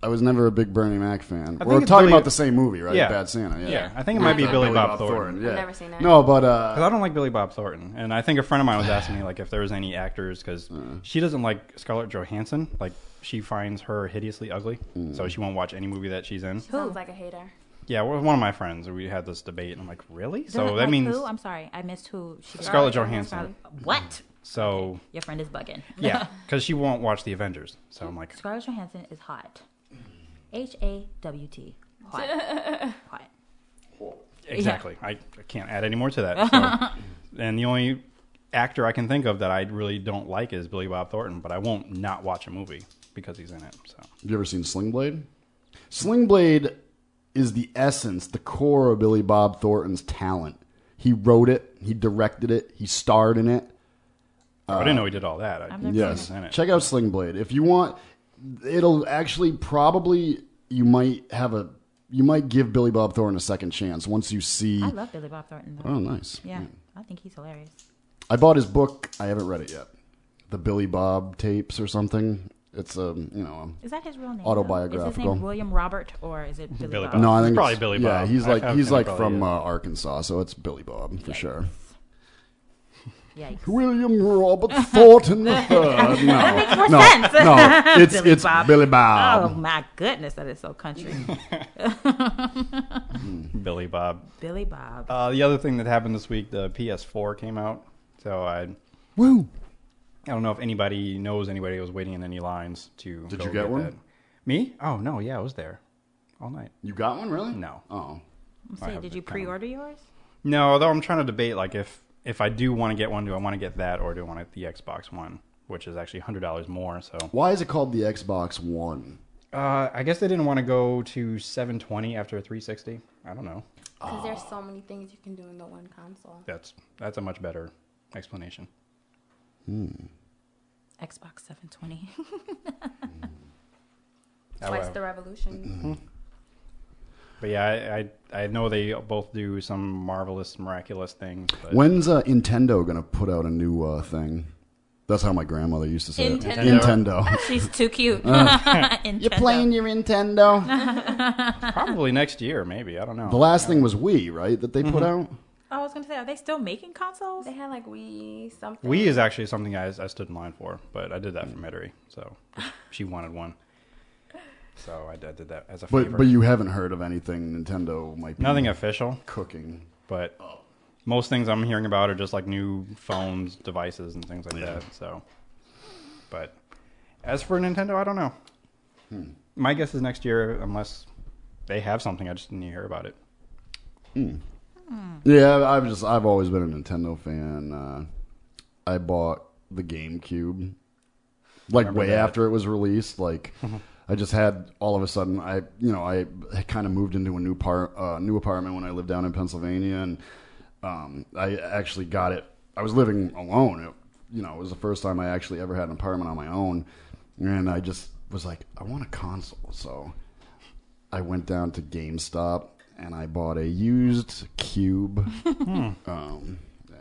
[SPEAKER 1] I was never a big Bernie Mac fan. We're
[SPEAKER 2] it's
[SPEAKER 1] talking
[SPEAKER 2] really-
[SPEAKER 1] about the same movie, right?
[SPEAKER 2] Yeah.
[SPEAKER 1] Bad Santa. Yeah.
[SPEAKER 2] Yeah, I think it might be
[SPEAKER 1] Uh,
[SPEAKER 2] Billy Bob Thornton.
[SPEAKER 1] Yeah.
[SPEAKER 4] never seen it.
[SPEAKER 1] No, but uh,
[SPEAKER 2] 'Cause I don't like Billy Bob Thornton, and I think a friend of mine was asking me like if there was any actors because she doesn't like Scarlett Johansson. Like she finds her hideously ugly, so she won't watch any movie that she's in.
[SPEAKER 4] Sounds like a hater.
[SPEAKER 2] Yeah, well, one of my friends we had this debate, and I'm like, really? so
[SPEAKER 3] Doesn't
[SPEAKER 2] that
[SPEAKER 3] like
[SPEAKER 2] means
[SPEAKER 3] who? I'm sorry, I missed who. She did.
[SPEAKER 2] Scarlett Johansson.
[SPEAKER 3] Scarlett- What?
[SPEAKER 2] So
[SPEAKER 3] Your friend is bugging.
[SPEAKER 2] yeah, because she won't watch the Avengers. So I'm like,
[SPEAKER 3] Scarlett Johansson is hot. H A W T. Hot. hot.
[SPEAKER 2] exactly. I, I can't add any more to that. So. and the only actor I can think of that I really don't like is Billy Bob Thornton, but I won't not watch a movie because he's in it. So
[SPEAKER 1] Have you ever seen Sling Blade? Sling Blade is the essence, the core of Billy Bob Thornton's talent. He wrote it, he directed it, he starred in it.
[SPEAKER 2] I didn't know he did all that. I,
[SPEAKER 3] never
[SPEAKER 1] Yes.
[SPEAKER 2] seen it.
[SPEAKER 1] Check out Sling Blade. If you want it'll actually probably you might have a you might give Billy Bob Thornton a second chance once you see
[SPEAKER 3] I love Billy Bob Thornton. Though.
[SPEAKER 1] Oh nice.
[SPEAKER 3] yeah, I think he's hilarious.
[SPEAKER 1] I bought his book. I haven't read it yet. The Billy Bob tapes or something. It's a, you know, um,
[SPEAKER 3] Is that his real name? though? Is his
[SPEAKER 1] Autobiographical.
[SPEAKER 3] name William Robert or is it Billy,
[SPEAKER 2] Billy
[SPEAKER 3] Bob?
[SPEAKER 2] Bob.
[SPEAKER 1] No, I
[SPEAKER 2] It's
[SPEAKER 1] think
[SPEAKER 2] probably
[SPEAKER 1] it's-
[SPEAKER 2] Billy
[SPEAKER 1] Yeah,
[SPEAKER 2] Bob.
[SPEAKER 1] he's
[SPEAKER 2] I-
[SPEAKER 1] like
[SPEAKER 2] I
[SPEAKER 1] he's
[SPEAKER 2] think it
[SPEAKER 1] like
[SPEAKER 2] probably
[SPEAKER 1] from
[SPEAKER 2] is.
[SPEAKER 1] uh, Arkansas, so it's Billy Bob for sure.
[SPEAKER 3] Yikes.
[SPEAKER 1] William Robert Thornton the Third. No, that
[SPEAKER 3] makes more
[SPEAKER 1] no,
[SPEAKER 3] sense.
[SPEAKER 1] no, it's
[SPEAKER 3] Billy
[SPEAKER 1] it's
[SPEAKER 3] Bob.
[SPEAKER 1] Billy
[SPEAKER 3] Oh
[SPEAKER 1] Bob.
[SPEAKER 3] my goodness, that is so country.
[SPEAKER 2] Billy Bob.
[SPEAKER 3] Billy Bob.
[SPEAKER 1] Oh,
[SPEAKER 2] Uh, the other thing that happened this week, the PS4 came out. So I, I
[SPEAKER 1] Woo!
[SPEAKER 2] don't know if anybody knows anybody who was waiting in any lines to.
[SPEAKER 1] Did
[SPEAKER 2] go
[SPEAKER 1] you get one?
[SPEAKER 2] That. Me? Oh no, yeah, I was there all night.
[SPEAKER 1] You got one really?
[SPEAKER 2] No.
[SPEAKER 1] Oh,
[SPEAKER 3] Say, did you pre-order yours?
[SPEAKER 2] No, though I'm trying to debate like if if I do want to get one, do I want to get that or do I want to get the Xbox One, which is actually hundred dollars more. So
[SPEAKER 1] why is it called the Xbox One?
[SPEAKER 2] uh, I guess they didn't want to go to 720 after 360. I don't know.
[SPEAKER 4] Because there's so many things you can do in the one console.
[SPEAKER 2] That's that's a much better explanation.
[SPEAKER 3] Xbox 720.
[SPEAKER 2] I
[SPEAKER 4] Twice
[SPEAKER 2] would-
[SPEAKER 4] the revolution.
[SPEAKER 2] But yeah, I, I I know they both do some marvelous, miraculous things. But
[SPEAKER 1] When's uh, Nintendo gonna put out a new uh, thing? That's how my grandmother used to say it.
[SPEAKER 2] Nintendo.
[SPEAKER 1] Nintendo.
[SPEAKER 3] She's too cute.
[SPEAKER 1] Uh.
[SPEAKER 3] You're
[SPEAKER 1] your Nintendo.
[SPEAKER 2] probably next year, maybe I don't know.
[SPEAKER 1] the last thing was Wii, right? That they put out.
[SPEAKER 3] I was gonna say, are they still making consoles?
[SPEAKER 4] They had like Wii something.
[SPEAKER 2] Wii is actually something I, I stood in line for, but I did that for Metairie, so she wanted one. So I, did- I did that as a favor.
[SPEAKER 1] But but you haven't heard of anything Nintendo might be
[SPEAKER 2] Nothing official,
[SPEAKER 1] cooking.
[SPEAKER 2] but most things I'm hearing about are just like new phones, devices, and things like that. So, but
[SPEAKER 1] Hmm.
[SPEAKER 2] as for Nintendo, I don't know. My guess is next year, unless they have something. I just didn't hear about it.
[SPEAKER 1] Yeah, I've just I've always been a Nintendo fan. Uh, I bought the GameCube like way after it was released. Like I just had all of a sudden I you know I kind of moved into a new par uh, new apartment when I lived down in Pennsylvania, and um, I actually got it. I was living alone. It, you know, it was the first time I actually ever had an apartment on my own, and I just was like, I want a console, so I went down to GameStop and I bought a used cube. um, yeah.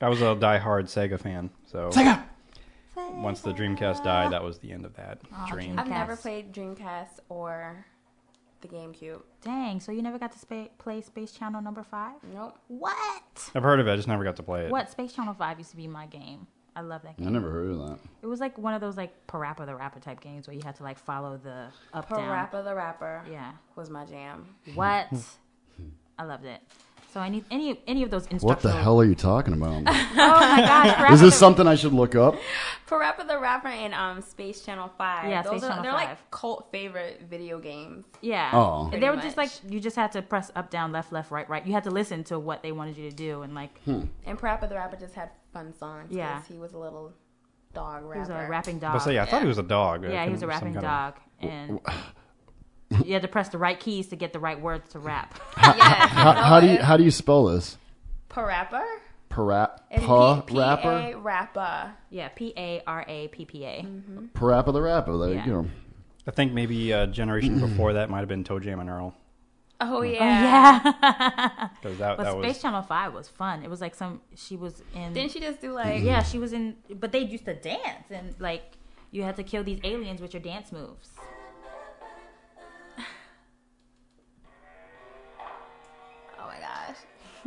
[SPEAKER 2] I was a diehard Sega fan, so
[SPEAKER 1] Sega!
[SPEAKER 2] once the Dreamcast died, that was the end of that dream.
[SPEAKER 4] I've never played Dreamcast or the GameCube.
[SPEAKER 3] Dang, so you never got to spa- play Space Channel number five?
[SPEAKER 4] Nope.
[SPEAKER 3] What?
[SPEAKER 2] I've heard of it, I just never got to play it.
[SPEAKER 3] What? Space Channel five used to be my game. I love that game.
[SPEAKER 1] I never heard of that.
[SPEAKER 3] It was like one of those like Parappa the Rapper type games where you had to like follow the up down.
[SPEAKER 4] Parappa the Rapper
[SPEAKER 3] Yeah.
[SPEAKER 4] was my jam.
[SPEAKER 3] What? I loved it. So any any any of those instructional. Ah,
[SPEAKER 1] What the hell are you talking about?
[SPEAKER 4] Oh my gosh, Parappa
[SPEAKER 1] Is this
[SPEAKER 4] the-
[SPEAKER 1] something I should look up?
[SPEAKER 4] Parappa the Rapper and um Space Channel Five.
[SPEAKER 3] Yeah,
[SPEAKER 4] those
[SPEAKER 3] Space
[SPEAKER 4] are
[SPEAKER 3] Channel
[SPEAKER 4] they're
[SPEAKER 3] 5.
[SPEAKER 4] like cult favorite video games.
[SPEAKER 3] Yeah.
[SPEAKER 1] Oh.
[SPEAKER 3] And they
[SPEAKER 4] Pretty
[SPEAKER 3] were just like
[SPEAKER 4] much.
[SPEAKER 3] you just had to press up, down, left, left, right, right. You had to listen to what they wanted you to do and like
[SPEAKER 1] Hmm.
[SPEAKER 3] he
[SPEAKER 4] And Parappa the Rapper just had fun songs. 'cause
[SPEAKER 3] Yeah.
[SPEAKER 4] he was a little dog rapper.
[SPEAKER 3] was a rapping dog.
[SPEAKER 2] But so yeah, I thought he was a dog. uh,
[SPEAKER 3] Yeah, he was a
[SPEAKER 2] Some
[SPEAKER 3] rapping
[SPEAKER 2] kind of-
[SPEAKER 3] dog, and you had to press the right keys to get the right words to rap.
[SPEAKER 4] Yes.
[SPEAKER 1] How, how do you how do you spell this?
[SPEAKER 4] Parappa?
[SPEAKER 1] Parap
[SPEAKER 4] It's
[SPEAKER 1] pa
[SPEAKER 4] P-
[SPEAKER 1] rapper
[SPEAKER 4] P-A Rappa.
[SPEAKER 3] yeah, P A R A P P A.
[SPEAKER 4] Mm-hmm.
[SPEAKER 1] Parappa the rapper. There
[SPEAKER 3] Yeah.
[SPEAKER 1] you go.
[SPEAKER 2] I think maybe a generation before that might have been Toe Jam and Earl.
[SPEAKER 4] Oh yeah.
[SPEAKER 3] Yeah.
[SPEAKER 2] 'cause that,
[SPEAKER 3] But
[SPEAKER 2] that was,
[SPEAKER 3] Space Channel Five was fun. It was like some she was in.
[SPEAKER 4] Didn't she just do like
[SPEAKER 3] yeah, she was in. But they used to dance and like you had to kill these aliens with your dance moves.
[SPEAKER 4] Oh my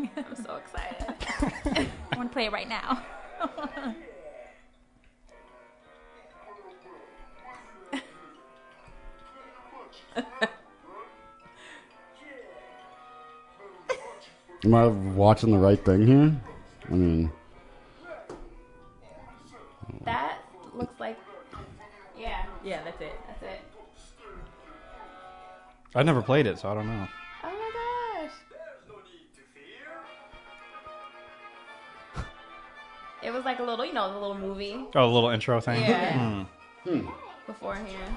[SPEAKER 4] gosh. I'm so excited.
[SPEAKER 3] I want to play it right now.
[SPEAKER 1] Am I watching the right thing here? I mean,
[SPEAKER 4] That looks like Yeah.
[SPEAKER 3] Yeah, that's it.
[SPEAKER 4] That's it.
[SPEAKER 2] I never played it, so I don't know.
[SPEAKER 4] Oh my gosh. It was like a little, you know, the little movie
[SPEAKER 2] Oh, a little intro thing.
[SPEAKER 4] Yeah.
[SPEAKER 1] Hmm.
[SPEAKER 4] beforehand.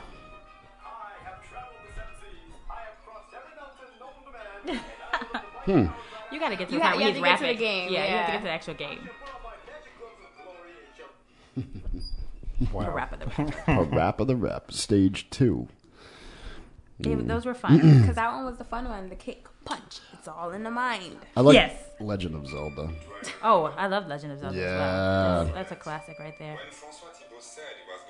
[SPEAKER 3] You gotta get to
[SPEAKER 4] You
[SPEAKER 3] the
[SPEAKER 4] ha-
[SPEAKER 3] part
[SPEAKER 4] you have to
[SPEAKER 3] where he's
[SPEAKER 4] get to the
[SPEAKER 3] rapping.
[SPEAKER 4] game,
[SPEAKER 3] Yeah, you have
[SPEAKER 4] yeah.
[SPEAKER 3] to get to the actual game.
[SPEAKER 2] Wow.
[SPEAKER 3] Rap of the rapper.
[SPEAKER 1] Parappa the rap stage two.
[SPEAKER 3] They- Those were fun.
[SPEAKER 4] Because that one was the fun one, the kick, punch. It's all in the mind.
[SPEAKER 1] I like
[SPEAKER 3] Yes.
[SPEAKER 1] Legend of Zelda.
[SPEAKER 3] Oh, I love Legend of Zelda as
[SPEAKER 1] Yeah.
[SPEAKER 3] well. That's, that's a classic right there.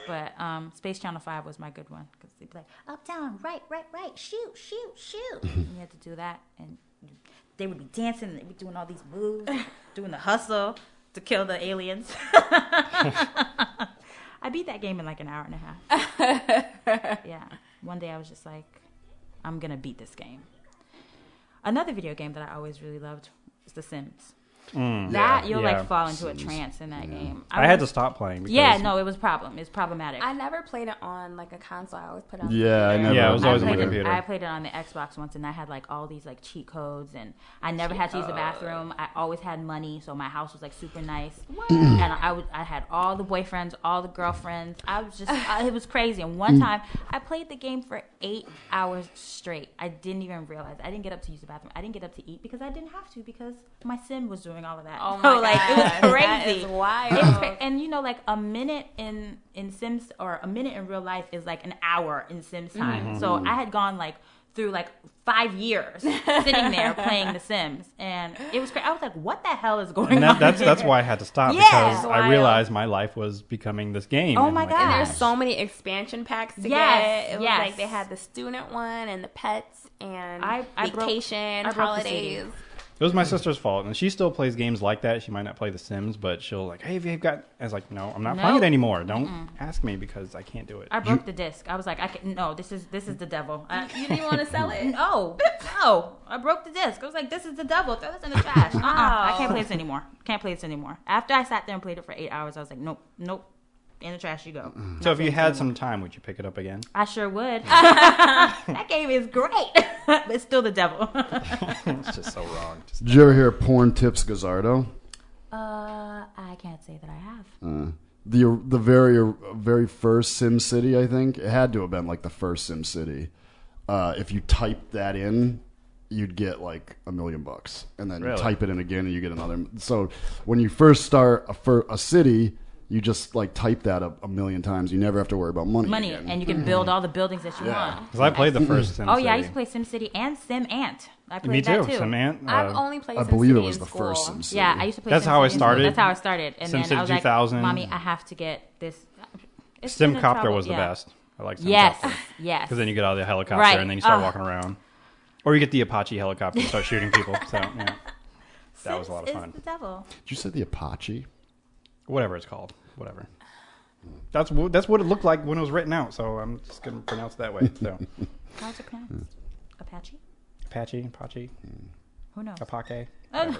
[SPEAKER 3] But um, Space Channel 5 was my good one because they'd be like,
[SPEAKER 5] Up, down, right, right, right. Shoot, shoot, shoot.
[SPEAKER 3] and you had to do that. And you- they would be dancing, and they'd be doing all these moves, doing the hustle to kill the aliens. I beat that game in like an hour and a half. yeah. One day I was just like, I'm going to beat this game. Another video game that I always really loved is The Sims. that you'll
[SPEAKER 2] Mm. yeah.
[SPEAKER 3] like fall into a trance in that game.
[SPEAKER 2] I had
[SPEAKER 3] was-
[SPEAKER 2] to stop playing. Because,
[SPEAKER 3] Yeah, no, it was problem. It's problematic.
[SPEAKER 4] I never played it on like a console. I always put it on.
[SPEAKER 1] Yeah, I never.
[SPEAKER 2] Yeah, it was
[SPEAKER 3] I
[SPEAKER 2] always on
[SPEAKER 3] played
[SPEAKER 2] my
[SPEAKER 3] it-
[SPEAKER 2] computer.
[SPEAKER 3] I played it on the Xbox once, and I had like all these like cheat codes, and I never had to use the bathroom. I always had money, so my house was like super nice. And I would, I had all the boyfriends, all the girlfriends. I was just, I, it was crazy. And one time, I played the game for eight hours straight. I didn't even realize. I didn't get up to use the bathroom. I didn't get up to eat because I didn't have to because my sim was doing all of that.
[SPEAKER 4] Oh
[SPEAKER 3] So,
[SPEAKER 4] my
[SPEAKER 3] like
[SPEAKER 4] gosh,
[SPEAKER 3] it was crazy.
[SPEAKER 4] That is
[SPEAKER 3] It was
[SPEAKER 4] wild.
[SPEAKER 3] cra- and you know, like a minute in in Sims or a minute in real life is like an hour in Sims time.
[SPEAKER 2] Mm-hmm.
[SPEAKER 3] So I had gone like through like five years sitting there playing The Sims, and it was crazy. I was like, "What the hell is going
[SPEAKER 2] And that,
[SPEAKER 3] on?"
[SPEAKER 2] that's
[SPEAKER 3] here?
[SPEAKER 2] that's why I had to stop
[SPEAKER 3] Yeah.
[SPEAKER 2] because I
[SPEAKER 4] Wild.
[SPEAKER 2] realized my life was becoming this game.
[SPEAKER 3] Oh
[SPEAKER 2] And
[SPEAKER 3] my
[SPEAKER 2] like, "Ah,
[SPEAKER 3] God.
[SPEAKER 4] And there's so many expansion packs to
[SPEAKER 3] Yes,
[SPEAKER 4] get. It was
[SPEAKER 3] yes.
[SPEAKER 4] like they had the student one and the pets and
[SPEAKER 3] I- I broke-
[SPEAKER 4] vacation,
[SPEAKER 3] I broke the CD.
[SPEAKER 4] holidays.
[SPEAKER 2] It was my sister's fault, and she still plays games like that. She might not play The Sims, but she'll like, "Hey, have you got?" I was like, "No, I'm not playing
[SPEAKER 3] No.
[SPEAKER 2] it anymore. Don't ask me because I can't do it."
[SPEAKER 3] I broke the disc. I was like, "I can no, this is this is the devil." I,
[SPEAKER 4] You didn't want to sell it.
[SPEAKER 3] no, no, I broke the disc. I was like, "This is the devil. Throw this in the trash."
[SPEAKER 4] Oh.
[SPEAKER 3] Uh-uh. I can't play this anymore. Can't play this anymore. After I sat there and played it for eight hours, I was like, "Nope, nope." in the trash you go.
[SPEAKER 2] So if you had some time, would you pick it up again?
[SPEAKER 3] I sure would. that game is great, but it's still the devil.
[SPEAKER 2] it's just so wrong. Just-
[SPEAKER 1] Did you ever hear porn tips Gazzardo?
[SPEAKER 3] uh, I can't say that I have.
[SPEAKER 1] Uh, the the very very first Sim City, I think it had to have been like the first Sim City. Uh, if you typed that in, you'd get like a million bucks, and then
[SPEAKER 2] Really?
[SPEAKER 1] type it in again, and you get another. So when you first start a, fir- a city, you just like type that up a million times. You never have to worry about money.
[SPEAKER 3] Money,
[SPEAKER 1] again.
[SPEAKER 3] and you can buld all the buildings that you want.
[SPEAKER 2] Because I played the first Sim
[SPEAKER 3] Oh yeah, I used
[SPEAKER 2] City.
[SPEAKER 3] to play SimCity and Sim Ant. I played
[SPEAKER 2] Me too,
[SPEAKER 3] that too.
[SPEAKER 2] Sim Ant.
[SPEAKER 4] I've
[SPEAKER 2] uh,
[SPEAKER 4] only played.
[SPEAKER 1] I
[SPEAKER 4] Sin
[SPEAKER 1] believe it
[SPEAKER 4] City
[SPEAKER 1] was
[SPEAKER 4] in
[SPEAKER 1] the
[SPEAKER 4] school.
[SPEAKER 1] first Sim City.
[SPEAKER 3] Yeah, I used to play.
[SPEAKER 2] That's how I
[SPEAKER 3] SimCity in school.
[SPEAKER 2] started.
[SPEAKER 3] That's how I started, and then
[SPEAKER 2] SimCity
[SPEAKER 3] I was
[SPEAKER 2] 2000.
[SPEAKER 3] like, "Mommy, I have to get this." It's been
[SPEAKER 2] Simcopter
[SPEAKER 3] a trouble-
[SPEAKER 2] was the
[SPEAKER 3] yeah.
[SPEAKER 2] best. I like Simcopter.
[SPEAKER 3] Yes, yes.
[SPEAKER 2] Because then you get out of the helicopter
[SPEAKER 3] Right.
[SPEAKER 2] and then you start
[SPEAKER 3] Ah.
[SPEAKER 2] walking around. Or you get the Apache helicopter and start shooting people. So, yeah. That was a lot of
[SPEAKER 3] Sims
[SPEAKER 2] fun.
[SPEAKER 3] Is the devil.
[SPEAKER 1] Did you say the Apache?
[SPEAKER 2] Whatever it's called. Whatever. That's, wh- that's what it looked like when it was written out. So I'm just going to pronounce it that way. So
[SPEAKER 3] How's it pronounced? Apache?
[SPEAKER 2] Apache, Apache,
[SPEAKER 3] Who knows?
[SPEAKER 2] Apache.
[SPEAKER 3] Uh.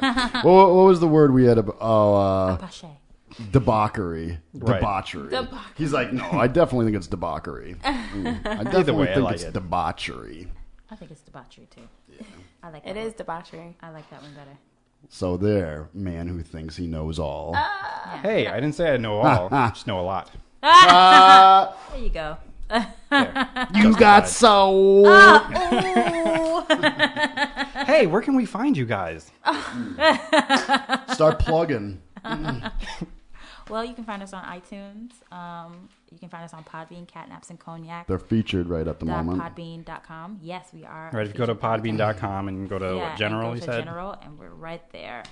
[SPEAKER 1] What, what was the word we had? Ab- oh, uh,
[SPEAKER 3] Apache.
[SPEAKER 1] debauchery,
[SPEAKER 2] Right.
[SPEAKER 1] debauchery.
[SPEAKER 4] Debauchery.
[SPEAKER 1] He's like, no, I definitely think it's debauchery. Mm. I definitely
[SPEAKER 2] way, I
[SPEAKER 1] think
[SPEAKER 2] like
[SPEAKER 1] it's
[SPEAKER 2] it.
[SPEAKER 1] debauchery.
[SPEAKER 3] I think it's debauchery too. I like
[SPEAKER 4] It
[SPEAKER 3] that
[SPEAKER 4] is
[SPEAKER 3] One.
[SPEAKER 4] debauchery.
[SPEAKER 3] I like that one better.
[SPEAKER 1] So there, man who thinks he knows all.
[SPEAKER 2] Oh. Hey, I didn't say I know all. I just know a lot.
[SPEAKER 3] There you go.
[SPEAKER 2] Yeah.
[SPEAKER 1] you got so.
[SPEAKER 2] hey, where can we find you guys?
[SPEAKER 1] Start plugging.
[SPEAKER 3] Well, you can find us on iTunes. Um, you can find us on Podbean, Catnaps and Cognac.
[SPEAKER 1] They're featured right at the
[SPEAKER 3] dot
[SPEAKER 1] moment.
[SPEAKER 3] Podbean.com. Yes, we are.
[SPEAKER 2] All right, if you go to podbean.com and go to
[SPEAKER 3] Yeah,
[SPEAKER 2] what,
[SPEAKER 3] and
[SPEAKER 2] general,
[SPEAKER 3] go
[SPEAKER 2] you
[SPEAKER 3] to
[SPEAKER 2] said?
[SPEAKER 3] General, and we're right there.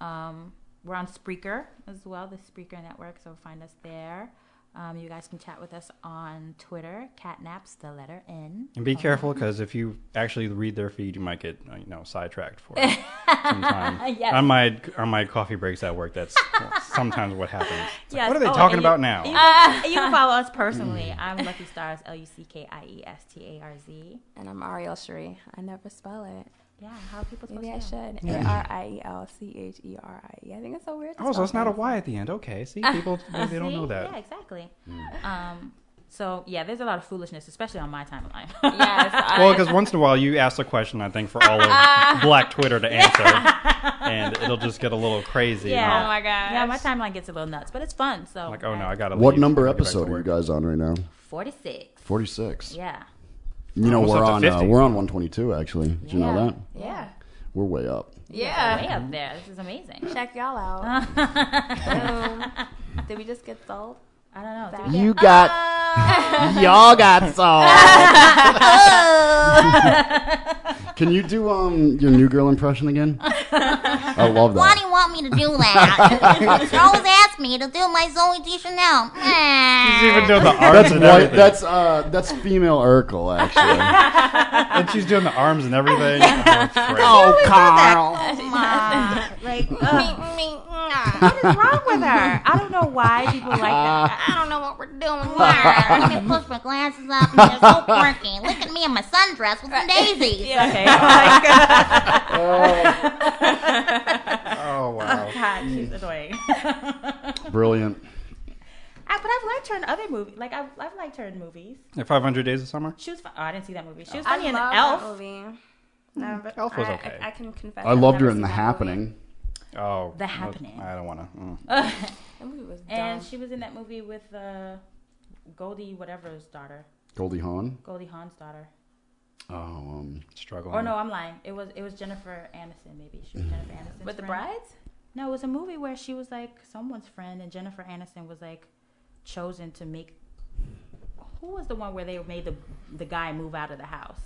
[SPEAKER 3] Um, we're on Spreaker as well, the Spreaker network. So find us there. Um, you guys can chat with us on Twitter, Catnaps, the letter N.
[SPEAKER 2] And be careful because if you actually read their feed, you might get uh, you know sidetracked for it sometime.
[SPEAKER 3] Yes.
[SPEAKER 2] On my on my coffee breaks at work, that's sometimes what happens. It's like,
[SPEAKER 3] Yes.
[SPEAKER 2] What are they
[SPEAKER 3] Oh,
[SPEAKER 2] talking
[SPEAKER 3] and you-
[SPEAKER 2] about now?
[SPEAKER 3] You, can- you can follow us personally. I'm Lucky Stars, L U C K I E S T A R Z.
[SPEAKER 4] And I'm Ariel Cherie. I never spell it.
[SPEAKER 3] Yeah, how are people supposed
[SPEAKER 4] Maybe I
[SPEAKER 3] to know?
[SPEAKER 4] should. A R I E L C H E R I E. I think it's so weird. to
[SPEAKER 2] oh, so
[SPEAKER 4] spell
[SPEAKER 2] it's not a
[SPEAKER 4] things.
[SPEAKER 2] Y at the end. Okay, see, people they don't
[SPEAKER 3] See?
[SPEAKER 2] know that.
[SPEAKER 3] Yeah, exactly. Um, so yeah, there's a lot of foolishness, especially on my timeline.
[SPEAKER 4] Yes. I-
[SPEAKER 2] Well, because once in a while you ask a question, I think for all of Black Twitter to answer, and it'll just get a little crazy. and
[SPEAKER 3] Yeah.
[SPEAKER 4] oh my gosh.
[SPEAKER 3] yeah, my timeline gets a little nuts, but it's fun. So
[SPEAKER 2] I'm like, oh no, I gotta.
[SPEAKER 1] What
[SPEAKER 2] leave.
[SPEAKER 1] number
[SPEAKER 2] I gotta get back to
[SPEAKER 1] episode are you
[SPEAKER 2] work.
[SPEAKER 1] guys on right now?
[SPEAKER 3] 46.
[SPEAKER 1] 46.
[SPEAKER 3] Yeah.
[SPEAKER 1] You know,
[SPEAKER 2] Almost
[SPEAKER 1] we're
[SPEAKER 2] up to
[SPEAKER 1] on, uh,
[SPEAKER 2] 50.
[SPEAKER 1] we're on 122, actually. Did you know that?
[SPEAKER 4] Yeah.
[SPEAKER 1] We're way up.
[SPEAKER 4] Yeah.
[SPEAKER 3] Way up there. This is amazing.
[SPEAKER 4] Check y'all out. Boom. Did we just get sold?
[SPEAKER 3] I don't know. Did we get-
[SPEAKER 1] You got.
[SPEAKER 2] Oh.
[SPEAKER 1] y'all got so.
[SPEAKER 5] Oh.
[SPEAKER 1] Can you do um your new girl impression again? I love
[SPEAKER 5] Why do
[SPEAKER 1] that.
[SPEAKER 5] you want me to do that? you always ask me to do my Zoe Deschanel.
[SPEAKER 2] She's even doing the arms
[SPEAKER 1] That's
[SPEAKER 2] and
[SPEAKER 1] white.
[SPEAKER 2] everything.
[SPEAKER 1] That's uh that's female Urkel actually.
[SPEAKER 2] and she's doing the arms and everything. Oh, it's great.
[SPEAKER 1] Carl.
[SPEAKER 3] like, ugh,
[SPEAKER 5] Me, me, nah.
[SPEAKER 3] what is wrong with her? I don't know why people like that.
[SPEAKER 5] I don't know what we're doing. Nah. Let me push my glasses up. They're so quirky. Look at me in my sundress with some daisies.
[SPEAKER 3] Okay. Like,
[SPEAKER 2] Oh wow.
[SPEAKER 3] God, she's annoying.
[SPEAKER 1] Brilliant.
[SPEAKER 3] I, but I've liked her in other movies. Like I've, I've liked her in movies.
[SPEAKER 2] And 500 Days of Summer?
[SPEAKER 3] She was. Fun. Oh, I didn't see that movie. She was
[SPEAKER 4] I Mm.
[SPEAKER 3] funny in
[SPEAKER 4] love
[SPEAKER 3] Elf.
[SPEAKER 4] that movie. Never,
[SPEAKER 2] Elf was
[SPEAKER 4] I,
[SPEAKER 2] okay.
[SPEAKER 4] I, I can confess.
[SPEAKER 1] I
[SPEAKER 4] I've
[SPEAKER 1] loved her
[SPEAKER 4] never
[SPEAKER 1] in
[SPEAKER 4] seen
[SPEAKER 1] The
[SPEAKER 4] that Movie.
[SPEAKER 1] Happening.
[SPEAKER 2] Oh.
[SPEAKER 3] The
[SPEAKER 2] no,
[SPEAKER 3] Happening.
[SPEAKER 2] I don't want to. Mm.
[SPEAKER 4] Uh, That movie was dumb.
[SPEAKER 3] And she was in that movie with uh, Goldie whatever's daughter,
[SPEAKER 1] Goldie Hawn.
[SPEAKER 3] Goldie Hawn's daughter.
[SPEAKER 1] Oh, um,
[SPEAKER 2] Struggling.
[SPEAKER 3] Oh no, I'm lying. It was it was Jennifer Aniston. Maybe she was
[SPEAKER 2] Mm-hmm.
[SPEAKER 3] Jennifer Aniston.
[SPEAKER 4] With the brides?
[SPEAKER 3] No, it was a movie where she was like someone's friend, and Jennifer Aniston was like chosen to make. Who was the one where they made the the guy move out of the house?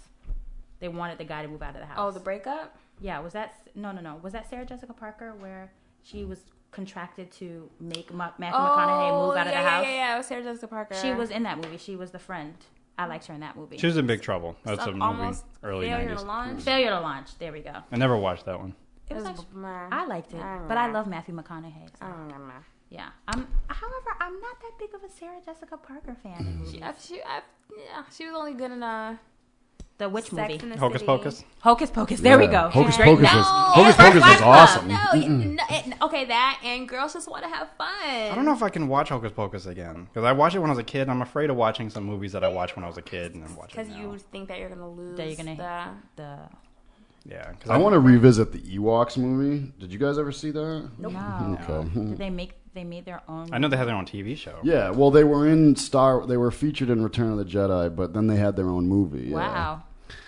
[SPEAKER 3] They wanted the guy to move out of the house.
[SPEAKER 4] Oh, the breakup?
[SPEAKER 3] yeah. Was that no no no? Was that Sarah Jessica Parker where she was contracted to make Ma- Matthew McConaughey move out of
[SPEAKER 4] Oh, yeah,
[SPEAKER 3] the house?
[SPEAKER 4] Yeah, yeah, yeah. It was Sarah Jessica Parker.
[SPEAKER 3] She was in that movie. She was the friend. I liked her in that movie.
[SPEAKER 2] She was in Big Trouble. That's a
[SPEAKER 4] Some
[SPEAKER 2] movie.
[SPEAKER 4] almost
[SPEAKER 2] Early
[SPEAKER 4] failure
[SPEAKER 2] 90s.
[SPEAKER 4] to launch.
[SPEAKER 3] Failure to launch. There we go.
[SPEAKER 2] I never watched that one.
[SPEAKER 3] It was actually-
[SPEAKER 4] meh.
[SPEAKER 3] I liked it,
[SPEAKER 4] I don't
[SPEAKER 3] but I
[SPEAKER 4] know.
[SPEAKER 3] love Matthew McConaughey. so,
[SPEAKER 4] I don't remember.
[SPEAKER 3] yeah. I'm. However, I'm not that
[SPEAKER 4] Mm.
[SPEAKER 3] big of a Sarah Jessica Parker fan. in movies.
[SPEAKER 4] She, I, she, I, yeah, she was only good in uh,
[SPEAKER 3] The witch
[SPEAKER 4] Sex
[SPEAKER 3] movie.
[SPEAKER 4] in the
[SPEAKER 2] Hocus
[SPEAKER 4] City.
[SPEAKER 2] Pocus.
[SPEAKER 3] Hocus Pocus. There we
[SPEAKER 1] Yeah,
[SPEAKER 3] go.
[SPEAKER 1] Hocus
[SPEAKER 3] Right
[SPEAKER 1] Pocus
[SPEAKER 3] now.
[SPEAKER 5] Oh,
[SPEAKER 1] was Hocus Pocus was awesome.
[SPEAKER 4] No, you- no, it- okay, that and girls just want to have fun.
[SPEAKER 2] I don't know if I can watch Hocus Pocus again because I watched it when I was a kid. and I'm afraid of watching some movies that I watched when I was a kid and then watching.
[SPEAKER 4] because you think that you're gonna lose.
[SPEAKER 3] That you're gonna
[SPEAKER 4] the-
[SPEAKER 3] the
[SPEAKER 2] Yeah, because
[SPEAKER 1] I want to revisit the Ewoks movie. Did you guys ever see that? Nope.
[SPEAKER 3] no.
[SPEAKER 1] Okay.
[SPEAKER 3] Did they make they made their own?
[SPEAKER 2] I know they had their own TV show.
[SPEAKER 1] Yeah, well, they were in Star. They were featured in Return of the Jedi, but then they had their own movie. yeah.
[SPEAKER 3] Wow,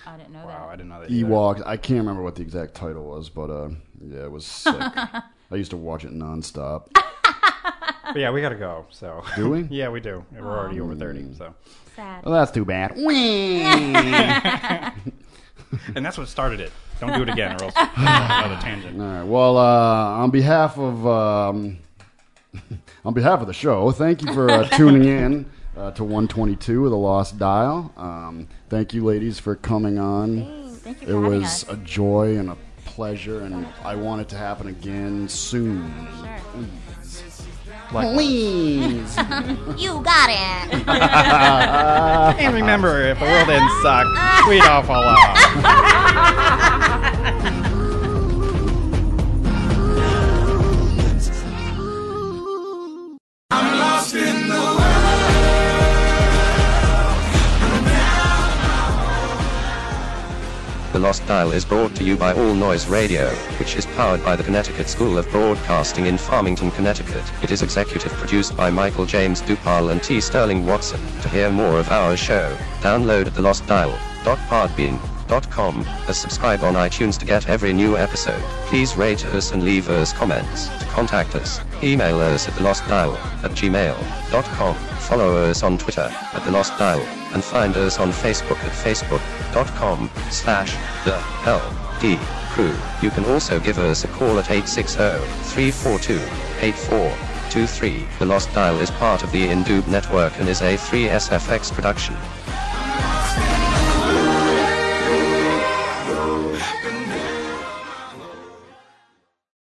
[SPEAKER 3] I didn't know
[SPEAKER 2] Wow, I
[SPEAKER 3] that.
[SPEAKER 2] didn't know that. either.
[SPEAKER 1] Ewoks. I can't remember what the exact title was, but uh, yeah, it was sick. I used to watch it nonstop.
[SPEAKER 2] But yeah, we gotta go. So
[SPEAKER 1] Do we?
[SPEAKER 2] yeah, we do. We're already over thirty. So
[SPEAKER 4] sad.
[SPEAKER 1] Well, that's too bad. Whee!
[SPEAKER 2] and that's what started it. Don't do it again, or else another tangent.
[SPEAKER 1] All right. Well, uh, on behalf of um, on behalf of the show, thank you for uh, tuning in uh, to 122 of the Lost Dial. Um, thank you, ladies, for coming on.
[SPEAKER 3] Thank you
[SPEAKER 1] It
[SPEAKER 3] for having
[SPEAKER 1] was
[SPEAKER 3] us.
[SPEAKER 1] a joy and a pleasure, and I want it to happen again soon. Mm. Please.
[SPEAKER 5] You got it.
[SPEAKER 2] And remember, if the world ends suck, we'd all fall off.
[SPEAKER 11] The Lost Dial is brought to you by All Noise Radio, which is powered by the Connecticut School of Broadcasting in Farmington, Connecticut. It is executive produced by Michael James Dupal and T. Sterling Watson. To hear more of our show, download at thelostdial.podbean.com or subscribe on iTunes to get every new episode. Please rate us and leave us comments. To contact us, email us at thelostdial at gmail.com. Follow us on Twitter at The Lost Dial and find us on Facebook at facebook.com slash the LD crew. You can also give us a call at 860-342-8423. The Lost Dial is part of the Indube network and is a 3SFX production.